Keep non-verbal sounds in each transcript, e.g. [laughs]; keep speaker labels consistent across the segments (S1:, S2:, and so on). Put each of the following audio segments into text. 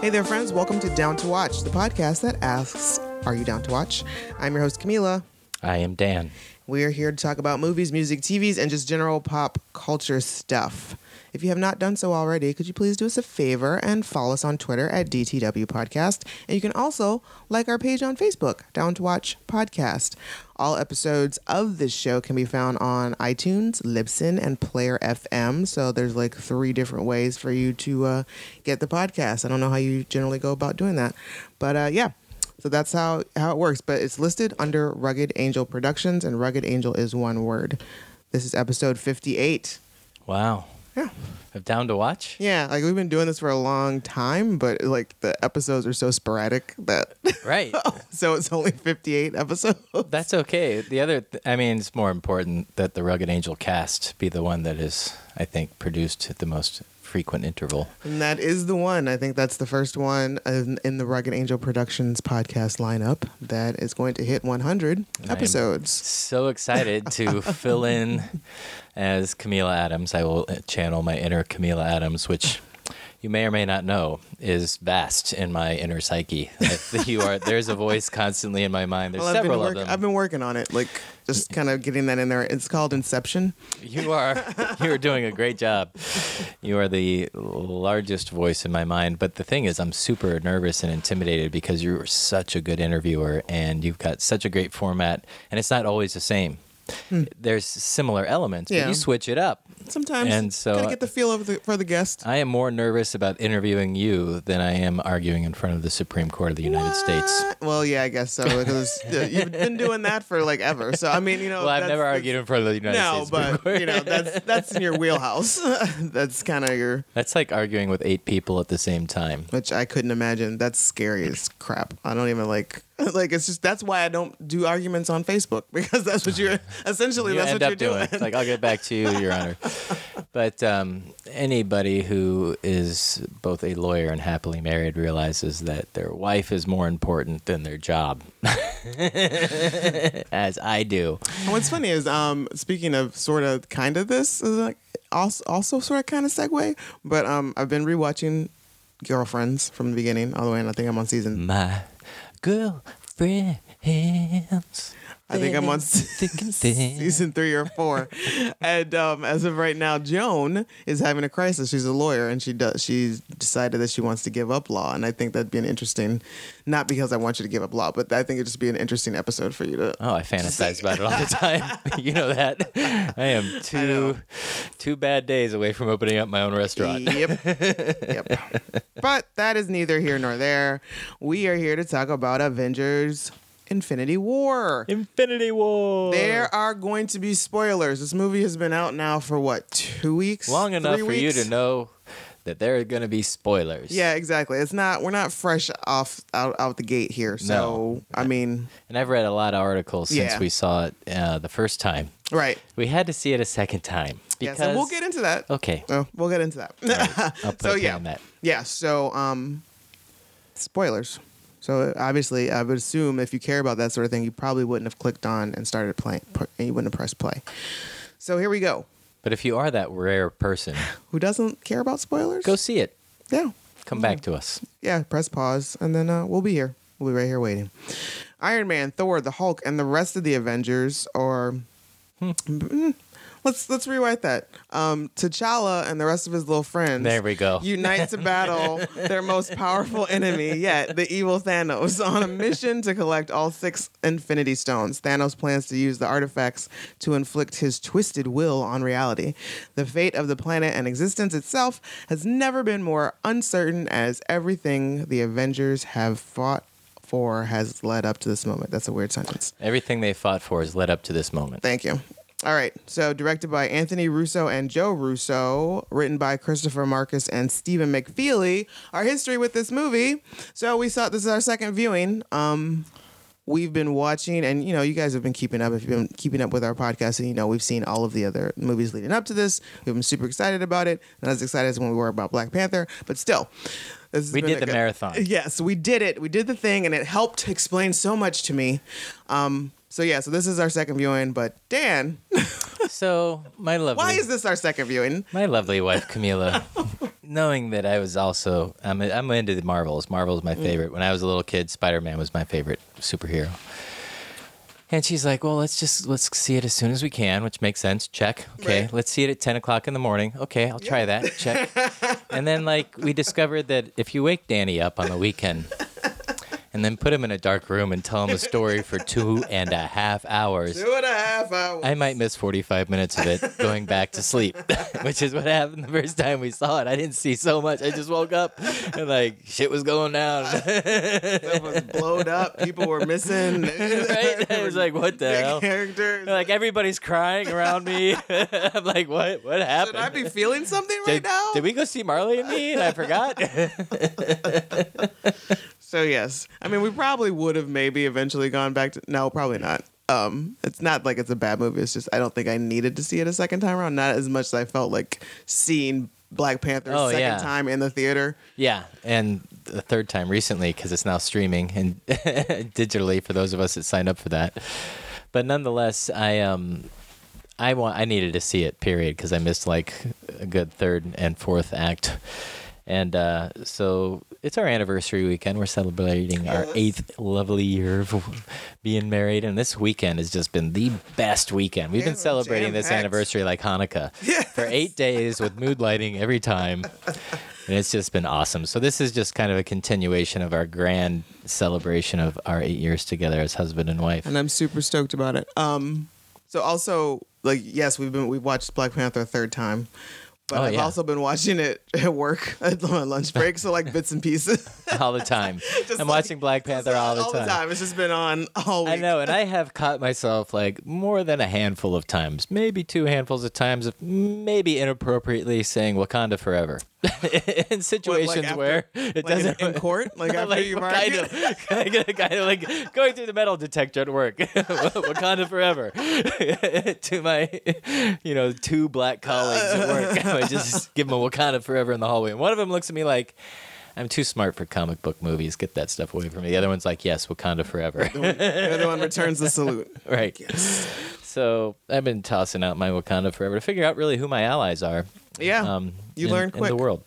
S1: Hey there, friends. Welcome to Down to Watch, the podcast that asks, Are you down to watch? I'm your host, Camila.
S2: I am Dan.
S1: We're here to talk about movies, music, TVs, and just general pop culture stuff. If you have not done so already, could you please do us a favor and follow us on Twitter at DTW Podcast? And you can also like our page on Facebook, Down to Watch Podcast. All episodes of this show can be found on iTunes, Libsyn, and Player FM. So there's like three different ways for you to uh, get the podcast. I don't know how you generally go about doing that, but uh, yeah. So that's how how it works. But it's listed under Rugged Angel Productions, and Rugged Angel is one word. This is episode 58.
S2: Wow.
S1: Yeah.
S2: Of Down to Watch?
S1: Yeah, like we've been doing this for a long time, but like the episodes are so sporadic that [laughs]
S2: [laughs] Right.
S1: so it's only 58
S2: [laughs]
S1: episodes.
S2: That's okay. The other, th- I mean, it's more important that the Rugged Angel cast be the one that is, I think, produced at the most frequent interval.
S1: And that is the one. I think that's the first one in, in the Rugged Angel Productions podcast lineup that is going to hit 100 episodes.
S2: So excited [laughs] to fill in as Camila Adams. I will uh, channel my inner Camila Adams, which. You may or may not know is vast in my inner [laughs] psyche. Like, you are there's a voice constantly in my mind. There's
S1: Well, I've, been
S2: several
S1: work-
S2: of them.
S1: I've been working on it, like just kind of getting that in there. It's called Inception.
S2: You are [laughs] you are doing a great job. You are the largest voice in my mind. But the thing is, I'm super nervous and intimidated because you're such a good interviewer and you've got such a great format, and it's not always the same. There's similar elements,
S1: Hmm. Yeah.
S2: but you switch it up.
S1: Sometimes
S2: And so- Uh,
S1: gotta get the feel of the, for the guest.
S2: I am more nervous about interviewing you than I am arguing in front of the Supreme Court of the United States.
S1: What? Well, yeah, I guess so because uh, you've been doing that for like ever. So I mean, you know,
S2: Well, I've
S1: that's-
S2: never
S1: that's-
S2: argued in front of the United
S1: No,
S2: States. Supreme Court.
S1: but you know, that's that's in your wheelhouse. [laughs] that's kind of your,
S2: [laughs] That's like arguing with eight people at the same time.
S1: which I couldn't imagine. That's scary as crap. I don't even like, [laughs] like it's just that's why I don't do arguments on Facebook because that's what
S2: [laughs]
S1: you're essentially
S2: you
S1: that's
S2: end
S1: what you're
S2: up doing.
S1: doing.
S2: It's like I'll get back to you, Your Honor.
S1: [laughs]
S2: But um, anybody who is both a lawyer and happily married realizes that their wife is more important than their job, [laughs] as I do.
S1: And What's funny is, um, speaking of sort of kind of this, is like also, also sort of kind of segue, but um, I've been rewatching Girlfriends from the beginning all the way, and I think I'm on season.
S2: My girlfriends.
S1: I think [laughs] I'm on se-
S2: Thick and
S1: [laughs]
S2: thin.
S1: season three or four, and um, as of right now, Joan is having a crisis. She's a lawyer, and she does. She's decided that she wants to give up law, and I think that'd be an interesting, not because I want you to give up law, but I think it'd just be an interesting episode for you to.
S2: Oh, I fantasize about
S1: [laughs]
S2: it all the time. [laughs] you know that. I am two two bad days away from opening up my own restaurant.
S1: Yep. yep. But that is neither here nor there. We are here to talk about Avengers Infinity War.
S2: [laughs] Infinity War.
S1: There are going to be spoilers. This movie has been out now for what, two weeks?
S2: long enough
S1: Three
S2: for you
S1: weeks?
S2: to know that there are going to be spoilers.
S1: Yeah, exactly. It's not we're not fresh off out out the gate here. So
S2: No.
S1: I mean
S2: And I've read a lot of articles since
S1: Yeah.
S2: we saw it uh, the first time.
S1: right.
S2: We had to see it a second time
S1: Yes,
S2: because
S1: and we'll get into that. [laughs]
S2: okay.
S1: Oh, we'll get into that.
S2: I'll put
S1: so
S2: a pin
S1: yeah,
S2: on that.
S1: yeah. So um, spoilers. So obviously, I would assume if you care about that sort of thing, you probably wouldn't have clicked on and started playing, pu- and you wouldn't have pressed play. So here we go.
S2: But if you are that rare person,
S1: Who doesn't care about spoilers?
S2: go see it.
S1: yeah,
S2: Come back to us.
S1: yeah. Press pause, and then uh, we'll be here. We'll be right here waiting. Iron Man, Thor, the Hulk, and the rest of the Avengers, or
S2: Hmm.
S1: Mm, let's let's rewrite that. Um, T'Challa and the rest of his little friends.
S2: There we go.
S1: [laughs] unite to battle their most powerful enemy yet, the evil Thanos, [laughs] on a mission to collect all six Infinity Stones. Thanos plans to use the artifacts to inflict his twisted will on reality. The fate of the planet and existence itself has never been more uncertain as everything the Avengers have fought for has led up to this moment. That's a weird sentence.
S2: Everything they fought for has led up to this moment.
S1: Thank you. All right. So, directed by Anthony Russo and Joe Russo, written by Christopher Marcus and Stephen McFeely. Our history with this movie. So, we saw this is our second viewing. Um, we've been watching, and you know, you guys have been keeping up. If you've been keeping up with our podcast, and you know, we've seen all of the other movies leading up to this. We've been super excited about it. Not as excited as when we were about Black Panther, but still. This has
S2: We
S1: been
S2: did
S1: a
S2: the
S1: good-
S2: marathon.
S1: [laughs] Yes, we did it. We did the thing, and it helped explain so much to me. Um, so yeah, so this is our second viewing. But Dan,
S2: So my lovely,
S1: why is this our second viewing?
S2: my lovely wife Camila knowing that I was also I'm I'm into the Marvels. Marvel's my favorite. When I was a little kid, Spider Man was my favorite superhero. And she's like, "Well, let's just let's see it as soon as we can," which makes sense. Check. Okay,
S1: Right.
S2: let's see it at ten o'clock in the morning. Okay, I'll try that. Check. and then like we discovered that if you wake Danny up on the weekend. And then put him in a dark room and tell him a story for two and a half hours.
S1: Two and a half hours.
S2: I might miss 45 minutes of it going back to sleep, [laughs] which is what happened the first time we saw it. I didn't see so much. I just woke up and like shit was going down. [laughs]
S1: [laughs] Stuff was blown up. People were
S2: [laughs]
S1: missing.
S2: right? I was like, what the hell?
S1: characters.
S2: Like everybody's crying around me. [laughs] I'm like, what? What
S1: should I
S2: happened?
S1: be feeling something right
S2: did,
S1: now?
S2: did we go see Marley and me? And I forgot. [laughs]
S1: So yes, I mean we probably would have maybe eventually gone back to no, probably not. Um, it's not like it's a bad movie. It's just I don't think I needed to see it a second time around. Not as much as I felt like seeing Black Panther a
S2: Oh,
S1: second
S2: yeah.
S1: time in the theater.
S2: yeah, and the third time recently because it's now streaming and [laughs] digitally for those of us that signed up for that. But nonetheless, I um, I want I needed to see it period because I missed like a good third and fourth act, and uh, so it's our anniversary weekend. We're celebrating our
S1: Yes.
S2: eighth lovely year of being married, and this weekend has just been the best weekend. We've
S1: Yeah,
S2: been celebrating this
S1: jam-packed.
S2: anniversary like Hanukkah for eight days with mood lighting every time. And it's just been awesome. So this is just kind of a continuation of our grand celebration of our eight years together as husband and
S1: [laughs]
S2: wife.
S1: and I'm super stoked about it. Um, so also like yes, we've been we watched Black Panther a third time, but
S2: Oh,
S1: I've
S2: yeah.
S1: also been watching it [laughs] at work at my lunch break. So like bits and
S2: [laughs]
S1: pieces.
S2: all the time.
S1: Just
S2: I'm
S1: like-
S2: watching Black Panther
S1: [laughs]
S2: all the time.
S1: It's just been on all week.
S2: I know, and I have caught myself like more than a handful of times, maybe two handfuls of times of maybe inappropriately saying Wakanda forever [laughs] in situations
S1: after-
S2: where it
S1: Like, in-
S2: doesn't
S1: in, court.
S2: [laughs]
S1: Like after
S2: like,
S1: you've
S2: kind
S1: argued.
S2: of, [laughs] kind of, kind of like going through the metal detector at work. [laughs] Wakanda forever. [laughs] to my, you know, two black colleagues at work, [laughs] I just give them a Wakanda forever in the hallway, and one of them looks at me like. I'm too smart for comic book movies. Get that stuff away from me. The other one's like, yes, Wakanda forever.
S1: [laughs] The other one returns the salute.
S2: [laughs] right. So I've been tossing out my Wakanda forever to figure out really who my allies are.
S1: Yeah. you
S2: Um, in-
S1: learn
S2: in
S1: quick.
S2: the world.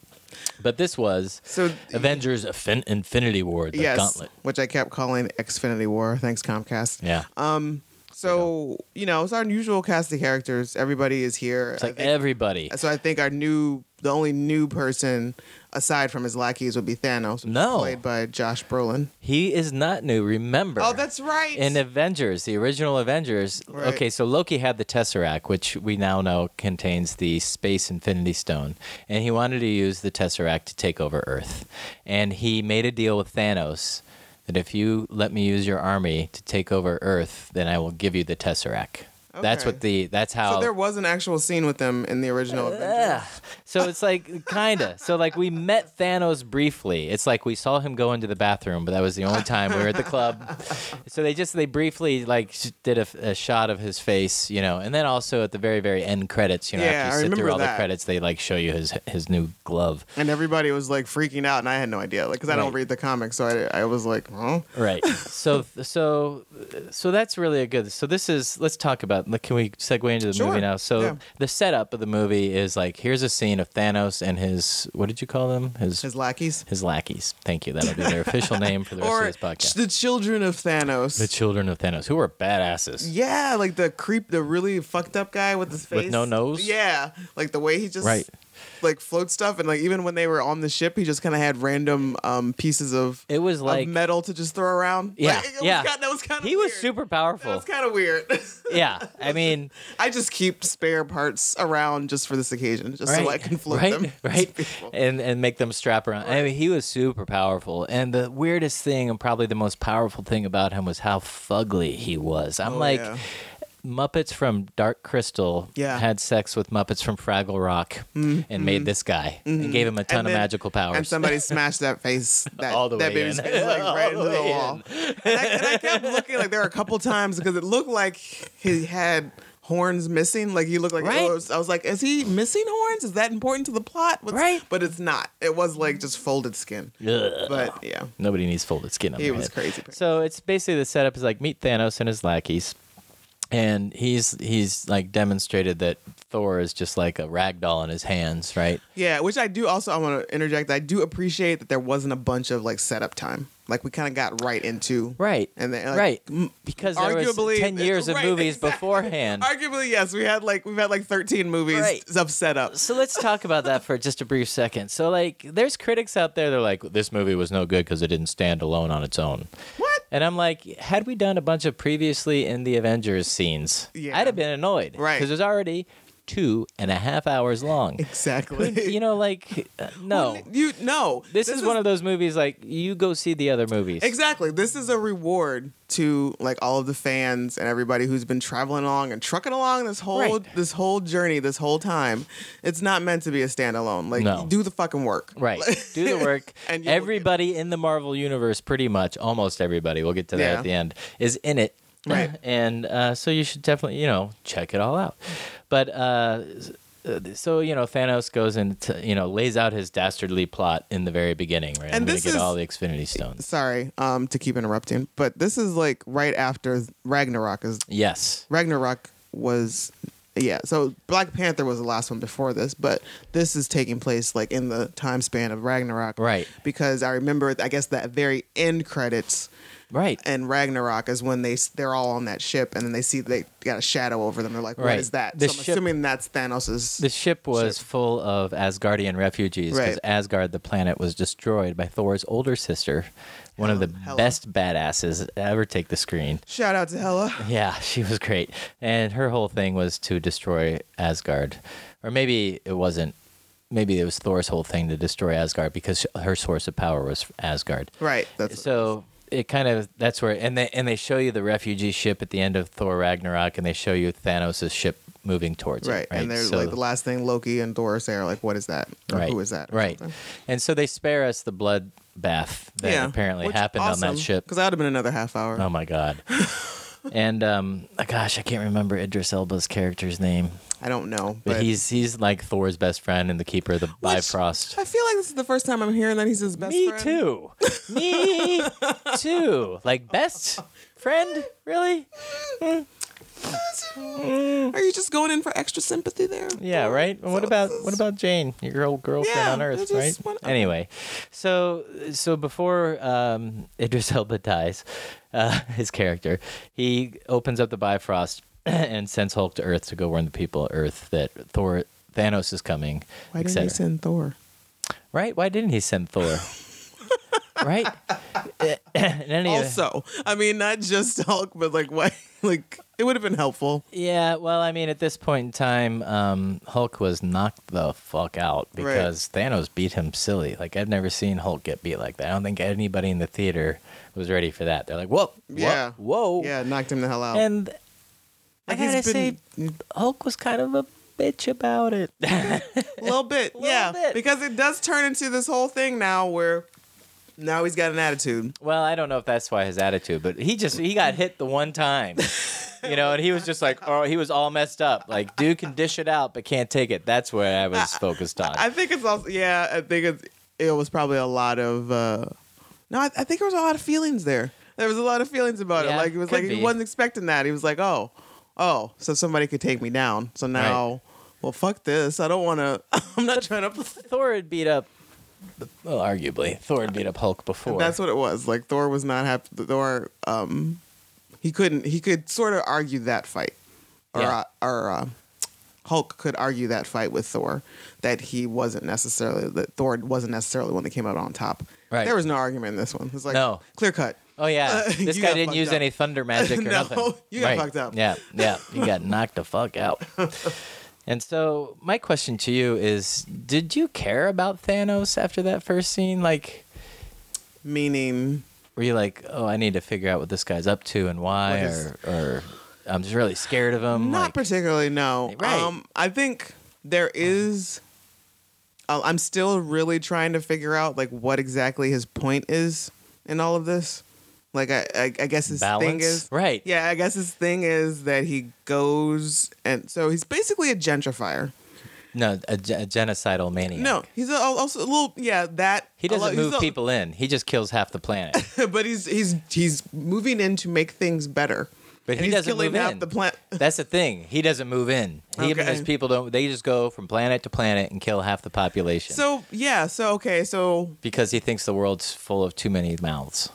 S2: But this was
S1: So
S2: Avengers Infin- Infinity War, the
S1: yes,
S2: gauntlet.
S1: which I kept calling Xfinity War. Thanks Comcast.
S2: Yeah.
S1: So you know, it's our usual cast of characters. Everybody is here.
S2: It's like
S1: I think-
S2: everybody.
S1: so I think our new, the only new person aside from his lackeys would be Thanos, which
S2: No.
S1: is played by Josh Brolin.
S2: He is not new. Remember.
S1: Oh, that's right.
S2: in Avengers, the original Avengers.
S1: Right.
S2: Okay, so Loki had the Tesseract, which we now know contains the Space Infinity Stone, and he wanted to use the Tesseract to take over Earth. And he made a deal with Thanos that if you let me use your army to take over Earth, then I will give you the Tesseract. That's
S1: Okay.
S2: what the that's how
S1: so there was an actual scene with them in the original.
S2: Uh.
S1: Avengers.
S2: Ugh. So it's like kinda. So like we met Thanos briefly. It's like we saw him go into the bathroom, but that was the only time we were at the club. So they just they briefly like sh- did a, a shot of his face, you know, and then also at the very very end credits, you know,
S1: Yeah, I
S2: after you sit
S1: remember
S2: through all
S1: that.
S2: the credits, they like show you his his new glove.
S1: And everybody was like freaking out, and I had no idea, like, because I don't
S2: Right.
S1: read the comics, so I, I was like, oh,
S2: Right. So so so that's really a good. So this is let's talk about. like, Can we segue into the
S1: Sure.
S2: movie now? So
S1: Yeah.
S2: the setup of the movie is like here's a scene of Thanos and his what did you call them? His
S1: his lackeys,
S2: his lackeys. Thank you. That'll be their official name for the rest
S1: [laughs] or
S2: of this podcast.
S1: the children of Thanos.
S2: the children of Thanos, who are badasses.
S1: yeah, like the creep, the really fucked up guy with his face,
S2: With no nose?
S1: Yeah, like the way he just
S2: Right.
S1: like floats stuff, and like even when they were on the ship, he just kind of had random um pieces of
S2: It was
S1: of
S2: like
S1: metal to just throw around.
S2: Yeah,
S1: Like, it was
S2: yeah.
S1: kind- that was kind of
S2: he was super
S1: That
S2: powerful.
S1: was kind of weird. [laughs]
S2: Yeah, I mean,
S1: I just keep spare parts around just for this occasion, just so I
S2: right,
S1: can float
S2: right,
S1: them.
S2: [laughs]
S1: [laughs]
S2: right, and and make them strap around. I mean, he was super powerful. And the weirdest thing, and probably the most powerful thing about him, was how fugly he was. I'm
S1: Oh,
S2: like.
S1: yeah.
S2: Muppets from Dark Crystal
S1: Yeah. Mm, mm-hmm.
S2: had sex with Muppets from Fraggle Rock and made this guy and gave him a ton
S1: And
S2: of
S1: then-
S2: magical powers.
S1: And
S2: [laughs]
S1: somebody smashed that face, that,
S2: All the
S1: that
S2: way
S1: baby's
S2: in.
S1: face, like right
S2: [laughs] All
S1: into
S2: the
S1: the
S2: way
S1: wall. And I, and I kept looking, like, there were a couple times because it looked like he had horns missing. Like, he looked like,
S2: Right.
S1: oh, it's- I was like, is he missing horns? Is that important to the plot? What's-
S2: Right.
S1: But it's not. It was like just folded skin.
S2: Ugh.
S1: But yeah.
S2: Nobody needs folded skin on
S1: It
S2: their
S1: was
S2: head.
S1: crazy.
S2: So it's basically the setup is like meet Thanos and his lackeys. and he's he's like demonstrated that Thor is just like a rag doll in his hands, right?
S1: Yeah, which I do also I want to interject. I do appreciate that there wasn't a bunch of like setup time. Like we kind of got right into
S2: Right.
S1: and then like,
S2: right. Because there
S1: arguably
S2: was 10 years of
S1: right,
S2: movies
S1: exactly.
S2: beforehand.
S1: Arguably, yes, we had like we've had like thirteen movies
S2: Right.
S1: of setup.
S2: so let's talk about that for just a brief second. So like there's critics out there they're like this movie was no good cuz it didn't stand alone on its own.
S1: What?
S2: And I'm like had we done a bunch of previously in the Avengers scenes,
S1: Yeah.
S2: I'd have been annoyed
S1: Right.
S2: cuz it was already two and a half hours long.
S1: [laughs] Exactly.
S2: [laughs] you know like uh, no.
S1: you no.
S2: This, is, one of those movies like you go see the other movies.
S1: Exactly. This is a reward to like all of the fans and everybody who's been traveling along and trucking along this whole
S2: Right.
S1: this whole journey this whole time. It's not meant to be a standalone. Like
S2: No.
S1: do the fucking work. [laughs]
S2: Right. Do the work.
S1: And
S2: and
S1: you'll get-
S2: everybody in the Marvel universe, pretty much, almost everybody, we'll get to that
S1: Yeah.
S2: at the end, is in it.
S1: Right.
S2: [clears throat] And uh, so you should definitely, you know, check it all out. But uh, s- uh, so, you know, Thanos goes and, t- you know, lays out his dastardly plot in the very beginning, right? I'm
S1: And
S2: going
S1: this
S2: to get
S1: is-
S2: all the Xfinity Stones.
S1: Sorry, um, to keep interrupting, but this is like right after Ragnarok is
S2: Yes.
S1: Ragnarok was yeah, so Black Panther was the last one before this, but this is taking place like in the time span of Ragnarok.
S2: Right.
S1: Because I remember I guess that very end credits
S2: Right.
S1: and Ragnarok is when they they're all on that ship and then they see they got a shadow over them. They're like, "What
S2: Right.
S1: is that?"
S2: The
S1: so I'm
S2: ship-
S1: assuming that's Thanos's.
S2: The ship was full of Asgardian refugees because
S1: Right.
S2: Asgard, the planet, was destroyed by Thor's older sister, one of the
S1: Hela.
S2: best badasses to ever take the screen.
S1: Shout out to Hela.
S2: Yeah, [laughs] she was great. And her whole thing was to destroy Asgard. Or maybe it wasn't. Maybe it was Thor's whole thing to destroy Asgard because her source of power was Asgard.
S1: Right. That's
S2: So it kind of that's where and they and they show you the refugee ship at the end of Thor Ragnarok and they show you Thanos' ship moving towards
S1: right.
S2: it. Right.
S1: And they're
S2: So-
S1: like the last thing Loki and Thor say are like, "What is that? Or
S2: right.
S1: Who is that?"
S2: Right. And so they spare us the blood bath that apparently happened on that ship.
S1: Because that would have been another half hour.
S2: Oh my god. and um gosh, I can't remember Idris Elba's character's name.
S1: I don't know,
S2: But,
S1: but,
S2: he's he's like Thor's best friend and the keeper of the Bifrost.
S1: I feel like this is the first time I'm hearing that he's his best
S2: Me
S1: friend.
S2: too. Me too. Like best friend? Really?
S1: [laughs]
S2: Hmm?
S1: Are you just going in for extra sympathy there?
S2: Yeah, right. And what
S1: So
S2: about
S1: this is-
S2: what about Jane, your old girlfriend
S1: Yeah,
S2: on
S1: I
S2: Earth,
S1: just
S2: right?
S1: want-
S2: Anyway, so so before um, Idris Elba dies, uh, [laughs] his character, he opens up the Bifrost [clears throat] and sends Hulk to Earth to go warn the people of Earth that Thor Thanos is coming.
S1: Why didn't
S2: etc.
S1: he send Thor?
S2: Right? Why didn't he
S1: [laughs]
S2: send Thor? right? [clears throat] Eh, in any event-
S1: also i mean not just hulk but like why [laughs] like it would have been helpful
S2: yeah, well, I mean, at this point in time, um, Hulk was knocked the fuck out
S1: Right.
S2: because Thanos beat him silly. Like, I've never seen Hulk get beat like that. I don't think anybody in the theater was ready for that. They're like, whoa, whoa,
S1: Yeah.
S2: whoa.
S1: yeah knocked him the hell out
S2: Oh. And
S1: Like,
S2: I
S1: he's
S2: gotta
S1: been-
S2: say, Hulk was kind of a bitch about it. [laughs]
S1: a little bit
S2: little
S1: yeah
S2: bit.
S1: because it does turn into this whole thing now where now he's got an attitude
S2: Well, I don't know if that's why his attitude, but he just he got hit the one time. You know, and he was just like, oh, he was all messed up. Like, dude can dish it out, but can't take it. That's where I was focused on.
S1: i think it's also yeah i think it's it was probably a lot of uh no i, I think there was a lot of feelings there there was a lot of feelings about it
S2: Yeah,
S1: like it was
S2: could
S1: like he
S2: be.
S1: wasn't expecting that he was like oh oh so somebody could take me down so now well fuck this i don't want to [laughs] i'm not trying to
S2: Thor had beat up, well, arguably, Thor had beat up Hulk before.
S1: That's what it was. Like Thor was not happy. Thor, um, he couldn't. He could sort of argue that fight, or
S2: Yeah.
S1: uh, or uh, Hulk could argue that fight with Thor that he wasn't necessarily that Thor wasn't necessarily one that came out on top.
S2: Right.
S1: There was no argument in this one. It was like
S2: No.
S1: clear cut.
S2: Oh yeah,
S1: Uh, [laughs]
S2: this
S1: you
S2: guy
S1: got
S2: didn't
S1: fucked
S2: use
S1: up.
S2: any thunder
S1: [laughs]
S2: magic or
S1: No,
S2: nothing.
S1: you got fucked up.
S2: Yeah, yeah,
S1: [laughs]
S2: you got knocked the fuck out. And so my question to you is, did you care about Thanos after that first scene? Like,
S1: Meaning,
S2: were you like, oh, I need to figure out what this guy's up to and why,
S1: What is-
S2: or, or I'm just really scared of him?
S1: not
S2: like,
S1: particularly. No.
S2: Right.
S1: Um, I think there is. I- I'm still really trying to figure out like what exactly his point is in all of this. Like I, I, I guess his thing
S2: Balance?
S1: is
S2: Right.
S1: Yeah, I guess his thing is that he goes and so he's basically a gentrifier.
S2: no, a, ge- a genocidal maniac.
S1: No, he's a, also a little yeah that
S2: he
S1: a lot-
S2: doesn't
S1: he's
S2: move
S1: a- [laughs]
S2: people in. He just kills half the planet.
S1: but he's he's he's moving in to make things better.
S2: But
S1: And
S2: he
S1: he's
S2: doesn't
S1: killing
S2: move
S1: half
S2: in.
S1: the plant-
S2: That's the thing. He doesn't move in. He
S1: Okay.
S2: his people don't. They just go from planet to planet and kill half the population.
S1: So yeah, so okay, so
S2: because he thinks the world's full of too many mouths.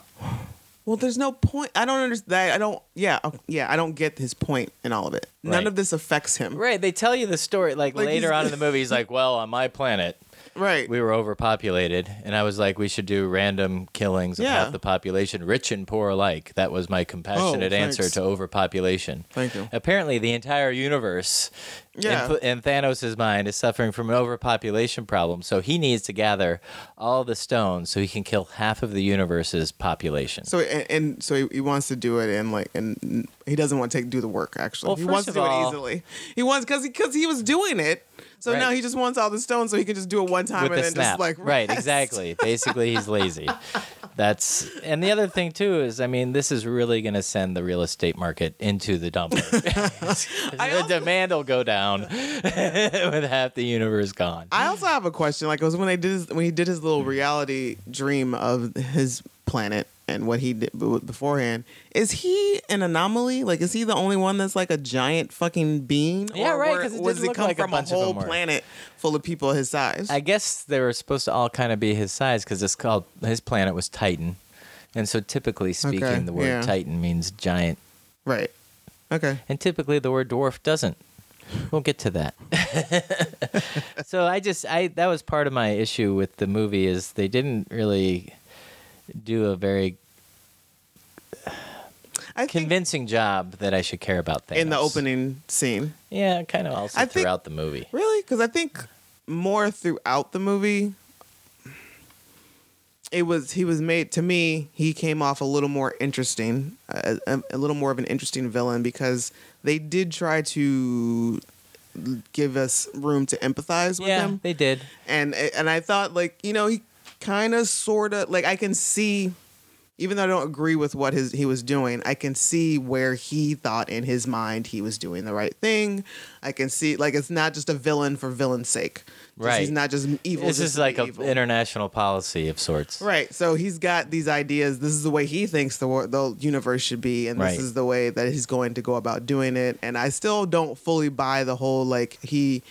S1: well, there's no point. I don't understand. I don't. Yeah, oh, yeah, I don't get his point in all of it. None
S2: Right.
S1: of this affects him.
S2: Right. They tell you the story like,
S1: Like,
S2: later
S1: he's-
S2: on in the movie. He's like, "Well, on my planet,
S1: Right.
S2: we were overpopulated, and I was like, we should do random killings of
S1: Yeah.
S2: half the population, rich and poor alike. That was my compassionate answer
S1: Oh, thanks.
S2: to overpopulation.
S1: Thank you.
S2: Apparently, the entire universe,
S1: Yeah.
S2: in, in Thanos' mind, is suffering from an overpopulation problem. So he needs to gather all the stones so he can kill half of the universe's population.
S1: So and, and so he, he wants to do it and like and he doesn't want to take do the work actually.
S2: Well,
S1: he
S2: first
S1: wants to
S2: of
S1: do
S2: all-
S1: it easily. He wants because he because he was doing it. So
S2: Right.
S1: now he just wants all the stones so he can just do it one time
S2: with
S1: and
S2: the
S1: then
S2: snap.
S1: just like
S2: right,
S1: rest.
S2: exactly. Basically,
S1: [laughs]
S2: he's lazy. That's and the other thing too is I mean this is really going to send the real estate market into
S1: [laughs]
S2: the dump. [laughs] the
S1: also-
S2: demand will go down [laughs] with half the universe gone.
S1: I also have a question. Like it was when they did his, when he did his little reality dream of his planet and what he did b- beforehand. Is he an anomaly? Like is he the only one that's like a giant fucking being?
S2: Yeah,
S1: Or
S2: right,
S1: were-
S2: 'cause it
S1: was
S2: didn't
S1: he
S2: look
S1: come
S2: like a
S1: from
S2: bunch of
S1: whole
S2: them were.
S1: planet full of people his size?
S2: I guess they were supposed to all kind of be his size because it's called his planet was Titan, and so typically speaking,
S1: Okay,
S2: the word
S1: yeah.
S2: Titan means giant,
S1: right. Okay.
S2: and typically the word dwarf doesn't. We'll get
S1: [laughs]
S2: to that. so I just I that was part of my issue with the movie is they didn't really do a very
S1: I think
S2: convincing job that I should care about things
S1: in the opening scene.
S2: Yeah, kind of also
S1: I think-
S2: throughout the movie.
S1: Really? Because I think more throughout the movie, it was he was made to me. He came off a little more interesting, a, a, a little more of an interesting villain because they did try to give us room to empathize with
S2: Yeah,
S1: him,
S2: they did.
S1: and and I thought like you know he kind of sort of like I can see. Even though I don't agree with what his he was doing, I can see where he thought in his mind he was doing the right thing. I can see like it's not just a villain for villain's sake. Just
S2: Right.
S1: He's not just evil.
S2: This
S1: just
S2: is
S1: to be
S2: like an
S1: evil.
S2: international policy of sorts.
S1: Right. So he's got these ideas. This is the way he thinks the wor- the universe should be, and
S2: Right.
S1: this is the way that he's going to go about doing it. And I still don't fully buy the whole like he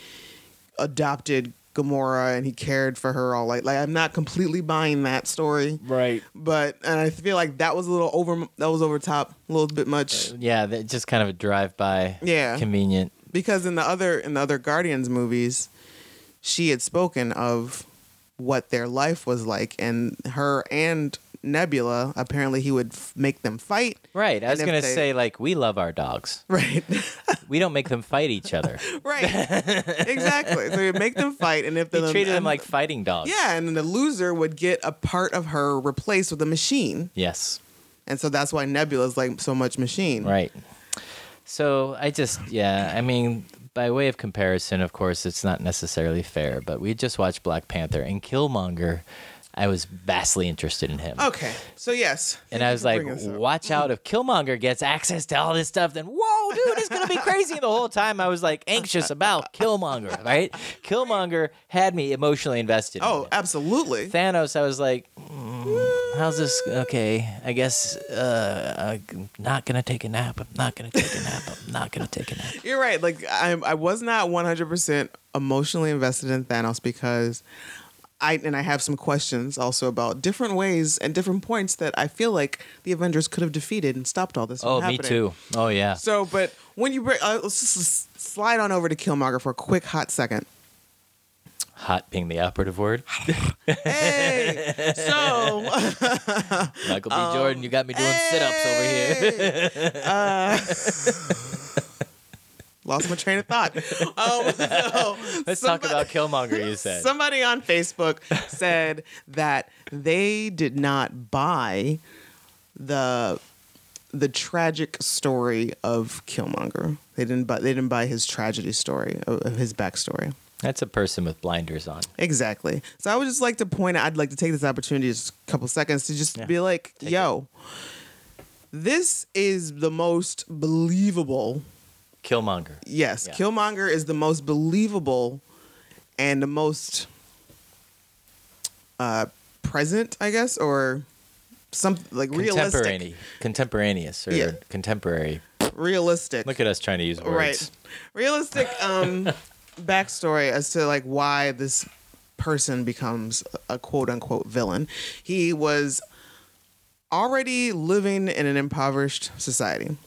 S1: adopted Gamora and he cared for her all like like I'm not completely buying that story.
S2: Right.
S1: But and I feel like that was a little over that was over top, a little bit much.
S2: Yeah, that just kind of a drive-by.
S1: Yeah.
S2: Convenient.
S1: because in the other in the other Guardians movies, she had spoken of what their life was like, and her and Nebula apparently he would f- make them
S2: [laughs]
S1: fight.
S2: Right. I
S1: And
S2: was
S1: if
S2: gonna
S1: they-
S2: say like we love our dogs.
S1: Right,
S2: We don't make them fight each other.
S1: [laughs] right, exactly. So he'd make them fight, and if
S2: We
S1: the
S2: treated them
S1: and-
S2: like fighting dogs.
S1: yeah, and then the loser would get a part of her replaced with a machine,
S2: Yes.
S1: and so that's why Nebula's like so much machine.
S2: Right. So I just, yeah, I mean, by way of comparison, of course, it's not necessarily fair, but we just watched Black Panther and Killmonger. I was vastly interested in him.
S1: Okay, so yes,
S2: And I was like,
S1: Oh, Bring us up.
S2: watch out if Killmonger gets access to all this stuff, then whoa, dude, it's gonna be crazy. And the whole time I was like anxious about Killmonger, right? Killmonger had me emotionally invested. in
S1: oh,
S2: it.
S1: absolutely.
S2: Thanos, I was like, "Mm, how's this? Okay, I guess uh, I'm not gonna take a nap. I'm not gonna take a nap. I'm not gonna take a nap.
S1: You're right. Like I, I was not 100% emotionally invested in Thanos because I and I have some questions also about different ways and different points that I feel like the Avengers could have defeated and stopped all this. from
S2: Oh, me
S1: happening.
S2: too. Oh yeah.
S1: So, but when you bring, uh, let's just s- slide on over to Killmonger for a quick hot second.
S2: Hot being the operative word. [laughs]
S1: Hey, so [laughs]
S2: Michael B. Jordan, you got me doing sit-ups over here.
S1: Um, Hey! Uh, lost my train of thought. Um, [laughs] so
S2: [laughs]
S1: somebody-
S2: Let's talk about Killmonger. You said
S1: Somebody on
S2: [laughs]
S1: Facebook said that they did not buy the the tragic story of Killmonger. They didn't buy they didn't buy his tragedy story of, of his backstory.
S2: that's a person with blinders on.
S1: Exactly. So I would just like to point out I'd like to take this opportunity just a couple seconds to just
S2: Yeah.
S1: be like,
S2: Take
S1: yo, this is the most believable
S2: Killmonger.
S1: Yes,
S2: Yeah.
S1: Killmonger is the most believable and the most uh, present, I guess, or something like realistic.
S2: Contemporary, contemporaneous, or
S1: Yeah.
S2: contemporary.
S1: realistic.
S2: Look at us trying to use words.
S1: right. Realistic um backstory as to like why this person becomes a quote unquote villain. He was already living in an impoverished society.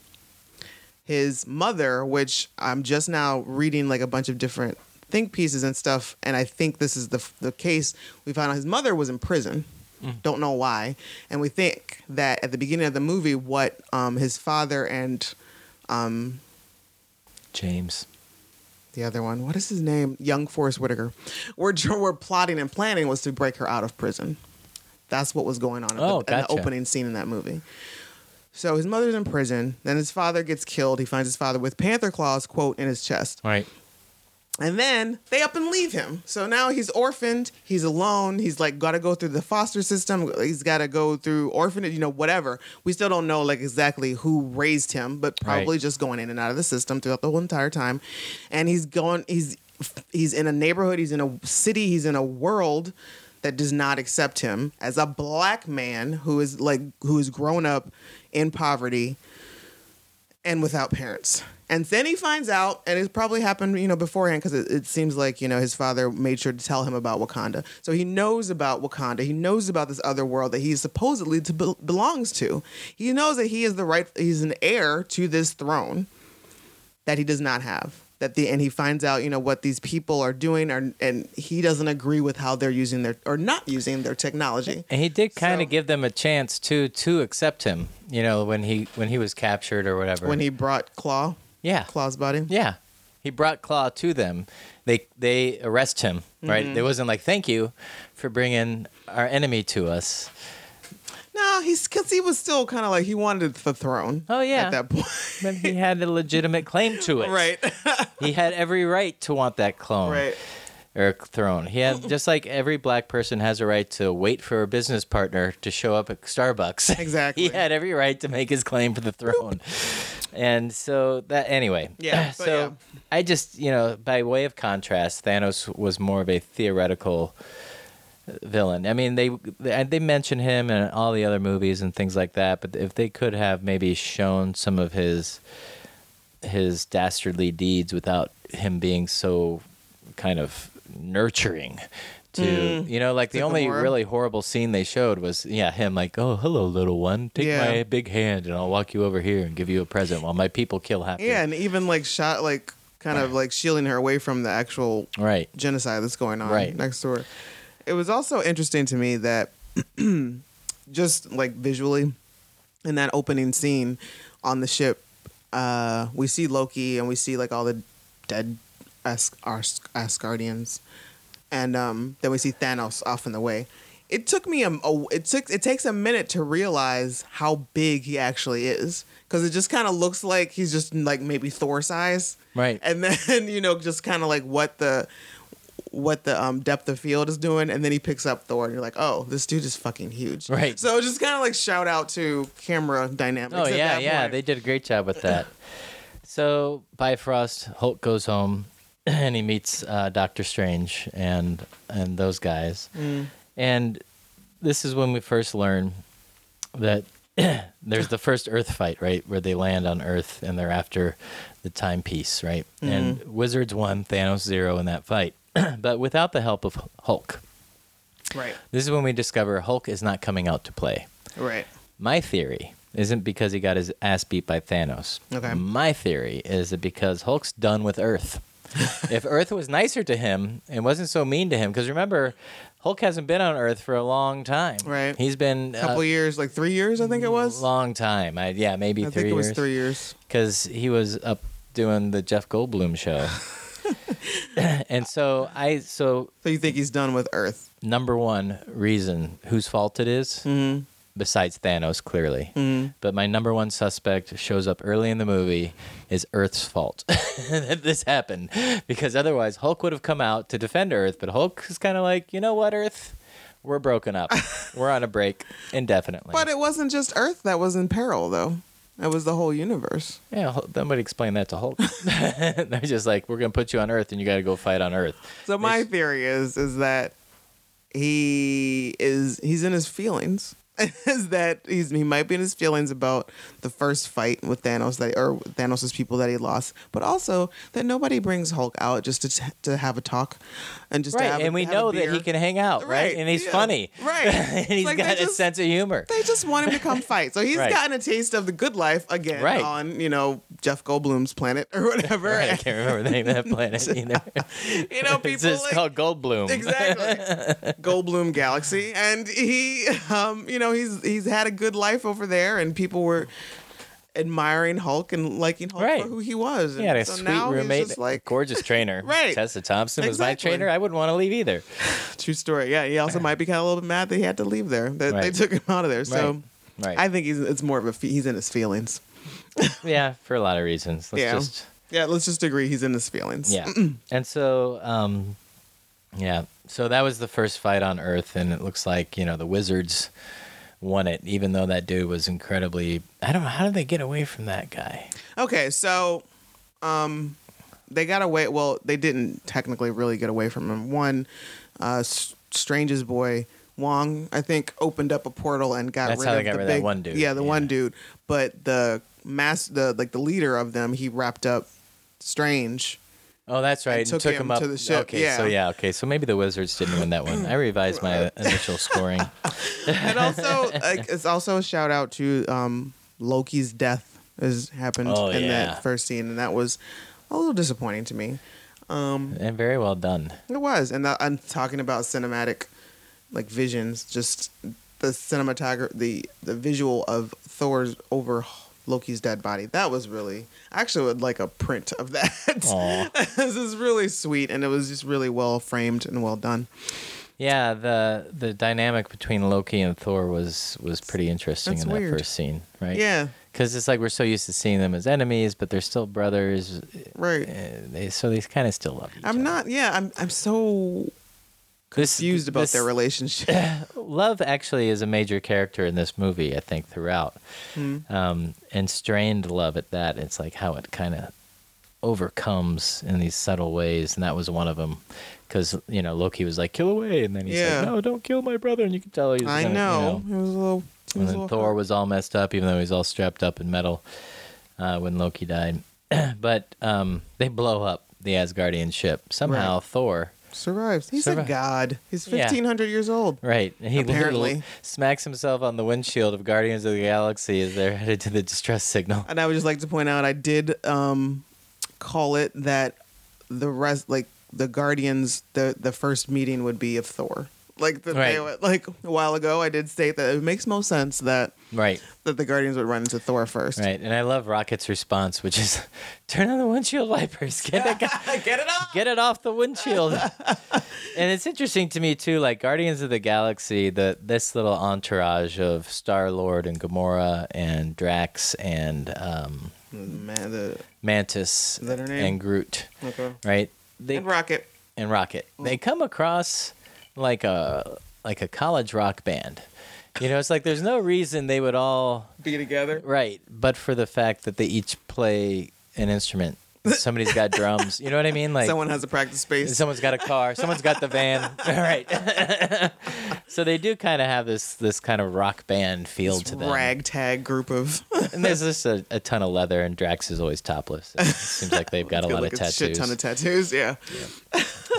S1: His mother, which I'm just now reading like a bunch of different think pieces and stuff, and I think this is the the case. We found out his mother was in prison. Don't know why, and we think that at the beginning of the movie, what um, his father and um,
S2: James.
S1: the other one, what is his name? Young Forrest Whitaker. We're, [laughs] we're plotting and planning was to break her out of prison. That's what was going on in,
S2: Oh,
S1: the, in the
S2: gotcha.
S1: opening scene in that movie. So his mother's in prison. Then his father gets killed. He finds his father with panther claws, quote, in his chest.
S2: Right.
S1: And then they up and leave him. So now he's orphaned. He's alone. He's like got to go through the foster system. He's got to go through orphanage, you know, whatever. We still don't know like exactly who raised him, but probably
S2: Right.
S1: just going in and out of the system throughout the whole entire time. And he's going, he's, he's in a neighborhood, he's in a city, he's in a world that does not accept him as a black man who is like, who is grown up in poverty and without parents. And then he finds out, and it probably happened, you know, beforehand because it, it seems like you know his father made sure to tell him about Wakanda. So he knows about Wakanda. He knows about this other world that he supposedly to be- belongs to. He knows that he is the right. He's an heir to this throne that he does not have. That the and he finds out, you know, what these people are doing, are, and he doesn't agree with how they're using their or not using their technology.
S2: And he did kind
S1: So-
S2: of give them a chance to to accept him, you know, when he when he was captured or whatever.
S1: When he brought Claw,
S2: yeah
S1: Claw's body,
S2: yeah, he brought Claw to them. They they arrest him, right?
S1: Mm-hmm.
S2: It wasn't like thank you for bringing our enemy to us.
S1: No, he's because he was still kind of like he wanted the throne.
S2: Oh, yeah.
S1: at that point,
S2: But he had a legitimate claim to
S1: [laughs]
S2: it.
S1: right,
S2: He had every right to want that clone
S1: right,
S2: or throne.
S1: [laughs]
S2: He had just like every black person has a right to wait for a business partner to show up at Starbucks. [laughs]
S1: Exactly.
S2: he had every right to make his claim for the throne. And so that anyway.
S1: Yeah, but
S2: [clears throat] so I just, you know, by way of contrast, Thanos was more of a theoretical villain. I mean, they they they mention him in all the other movies and things like that, but if they could have maybe shown some of his his dastardly deeds without him being so kind of nurturing to
S1: Mm.
S2: you know like the
S1: To
S2: only
S1: Gamora.
S2: really horrible scene they showed was yeah him like oh hello little one take
S1: Yeah.
S2: my big hand and I'll walk you over here and give you a present while my people kill half your-"
S1: yeah, and even like shot like kind of like shielding her away from the actual
S2: right
S1: genocide that's going on
S2: Right.
S1: next door. It was also interesting to me that [clears throat] just like visually in that opening scene on the ship, uh, we see Loki and we see like all the dead As- Ars- Asgardians, and um, then we see Thanos off in the way. It took me a, a it took it takes a minute to realize how big he actually is because it just kind of looks like he's just like maybe Thor size,
S2: Right.
S1: And [laughs] then you know just kind of like what the what the um, depth of field is doing, and then he picks up Thor, and you're like, oh, this dude is fucking huge.
S2: Right.
S1: So just kind of like shout out to camera dynamics.
S2: oh
S1: at
S2: yeah
S1: that
S2: yeah
S1: point.
S2: they did a great job with that so Bifrost Hulk goes home [clears throat] and he meets uh, Doctor Strange and and those guys and this is when we first learn that [clears throat] there's the first Earth fight, right, where they land on Earth and they're after the timepiece, right? And Wizards won, Thanos zero in that fight, [clears throat] but without the help of Hulk.
S1: right,
S2: This is when we discover Hulk is not coming out to play.
S1: right,
S2: My theory isn't because he got his ass beat by Thanos.
S1: Okay.
S2: My theory is that because Hulk's done
S1: [laughs]
S2: with Earth. if Earth was nicer to him and wasn't so mean to him, because remember, Hulk hasn't been on Earth for a long time.
S1: Right.
S2: He's been
S1: a couple
S2: uh,
S1: years, like three years, I think it was.
S2: long time. I, yeah, maybe
S1: I
S2: three
S1: think it
S2: years.
S1: was three years.
S2: Because he was up doing the Jeff Goldblum show.
S1: [laughs]
S2: [laughs] and so I so
S1: So you think he's done with Earth?
S2: number one reason whose fault it is,
S1: Mm-hmm.
S2: besides Thanos, clearly. But my number one suspect shows up early in the movie is Earth's fault [laughs] that this happened. Because otherwise, Hulk would have come out to defend Earth, but Hulk is kind of like, you know what, Earth? We're broken up. We're on a break indefinitely.
S1: But it wasn't just Earth that was in peril, though. It was the whole universe.
S2: yeah, Hulk- somebody explain that to Hulk. [laughs] They're just like, we're going to put you on Earth and you got to go fight on Earth.
S1: So my theory is is that he is he's in his feelings [laughs] is that he's, he might be in his feelings about the first fight with Thanos that or Thanos' people that he lost, but also that nobody brings Hulk out just to, t- to have a talk and just to
S2: Right,
S1: have a-
S2: and we
S1: have a
S2: know that
S1: beer.
S2: he can hang out, right?
S1: Right,
S2: And he's
S1: yeah,
S2: funny, [laughs]
S1: right.
S2: and
S1: It's
S2: he's
S1: like they
S2: got a
S1: just-
S2: sense of humor.
S1: They just want him to come fight. So he's
S2: Right.
S1: gotten a taste of the good life again
S2: Right.
S1: on, you know, Jeff Goldblum's planet or [laughs] whatever.
S2: Right, I can't remember the name of that
S1: [laughs]
S2: planet either.
S1: You know,
S2: it's
S1: people
S2: just
S1: like,
S2: called Goldblum. [laughs]
S1: exactly Goldblum Galaxy, and he, um, you know, he's he's had a good life over there, and people were admiring Hulk and liking Hulk
S2: Right.
S1: for who he was.
S2: He
S1: And
S2: had a
S1: so
S2: sweet
S1: now
S2: roommate,
S1: He's just like
S2: gorgeous trainer.
S1: [laughs] Right.
S2: Tessa Thompson was
S1: Exactly.
S2: my trainer. I wouldn't want to leave either.
S1: true story. Yeah, he also might be kind of a little bit mad that he had to leave there. That they
S2: Right.
S1: took him out of there. So.
S2: Right. Right.
S1: I think he's it's more of a fe- he's in his feelings.
S2: yeah, for a lot of reasons. Let's
S1: Yeah.
S2: just
S1: Yeah, let's just agree he's in his feelings.
S2: yeah.
S1: [clears throat]
S2: and so um yeah, so that was the first fight on Earth and it looks like, you know, the Wizards won it even though that dude was incredibly I don't know how did they get away from that guy?
S1: Okay, so um they got away well, they didn't technically really get away from him. One uh S- Strange's boy Wong, I think, opened up a portal and got
S2: That's
S1: rid
S2: how
S1: of
S2: they got
S1: the
S2: rid of
S1: big,
S2: that one dude.
S1: Yeah, the one
S2: Yeah.
S1: dude. But the mass the like the leader of them, he wrapped up Strange.
S2: Oh, that's right.
S1: took him
S2: up
S1: to the ship,
S2: Okay,
S1: yeah.
S2: so yeah, okay. So maybe the Wizards didn't win that one. I
S1: [clears throat]
S2: revised my initial scoring.
S1: And
S2: [laughs]
S1: also like it's also a shout out to um Loki's death has happened
S2: Oh,
S1: in
S2: yeah.
S1: that first scene and that was a little disappointing to me. Um
S2: And very well done.
S1: It was, and the, I'm talking about cinematic, like visions. Just the cinematography, the the visual of Thor's over Loki's dead body. That was really. I actually would like a print of that.
S2: Aw.
S1: [laughs] this is really sweet, and it was just really well framed and well done.
S2: Yeah, the the dynamic between Loki and Thor was was pretty interesting
S1: That's
S2: in that
S1: weird.
S2: first scene, right?
S1: Yeah,
S2: because it's like we're so used to seeing them as enemies, but they're still brothers.
S1: right.
S2: Uh, They so they kind of still love each
S1: I'm
S2: other.
S1: not. Yeah, I'm. I'm so
S2: This-
S1: confused about
S2: this-
S1: their relationship.
S2: [laughs] Love actually is a major character in this movie, I think, throughout,
S1: Hmm.
S2: um, and strained love at that. It's like how it kind of overcomes in these subtle ways, and that was one of them. Because you know Loki was like, "Kill away," and then he's
S1: Yeah.
S2: like, "No, don't kill my brother," and you can tell he's.
S1: I
S2: gonna, you
S1: know. It was a little. it
S2: And
S1: was a
S2: then
S1: little
S2: Thor
S1: hard.
S2: was all messed up, even though he's all strapped up in metal uh, when Loki died. [clears throat] but um, they blow up the Asgardian ship. Somehow
S1: Right.
S2: Thor,
S1: survives. He's a
S2: Survived.
S1: god. He's
S2: Yeah.
S1: 1500 years old.
S2: right? He
S1: Apparently.
S2: literally smacks himself on the windshield of Guardians of the Galaxy as they're [laughs] headed to the distress signal.
S1: And I would just like to point out, I did um, call it that the rest, like the Guardians, the the first meeting would be of Thor. Like the, they
S2: Right.
S1: would- like a while ago, I did state that it makes most sense that
S2: Right,
S1: that the Guardians would run into Thor first.
S2: right. And I love Rocket's response, which is, [laughs] "Turn on the windshield wipers. Get that
S1: [laughs]
S2: guy." [laughs]
S1: Get it off.
S2: get it off the windshield. [laughs] and it's interesting to me too, like Guardians of the Galaxy, the this little entourage of Star Lord and Gamora and Drax and um,
S1: Man, the,
S2: Mantis
S1: Is that her name?
S2: and Groot,
S1: okay.
S2: right? They
S1: And Rocket.
S2: and Rocket.
S1: Mm.
S2: They come across like a like a college rock band. You know, it's like there's no reason they would all
S1: Be together.
S2: right, but for the fact that they each play an instrument.
S1: [laughs]
S2: Somebody's got drums. You know what I mean? Like
S1: Someone has a practice space.
S2: [laughs] Someone's got a car. Someone's got the van.
S1: [laughs]
S2: [laughs] All right. [laughs] so they do kind of have this this kind of rock band feel to them.
S1: ragtag group of
S2: And there's just a, a ton of leather, and Drax is always topless. It seems
S1: [laughs]
S2: like they've got a
S1: Good
S2: lot of
S1: looking
S2: tattoos.
S1: shit ton of tattoos. Yeah.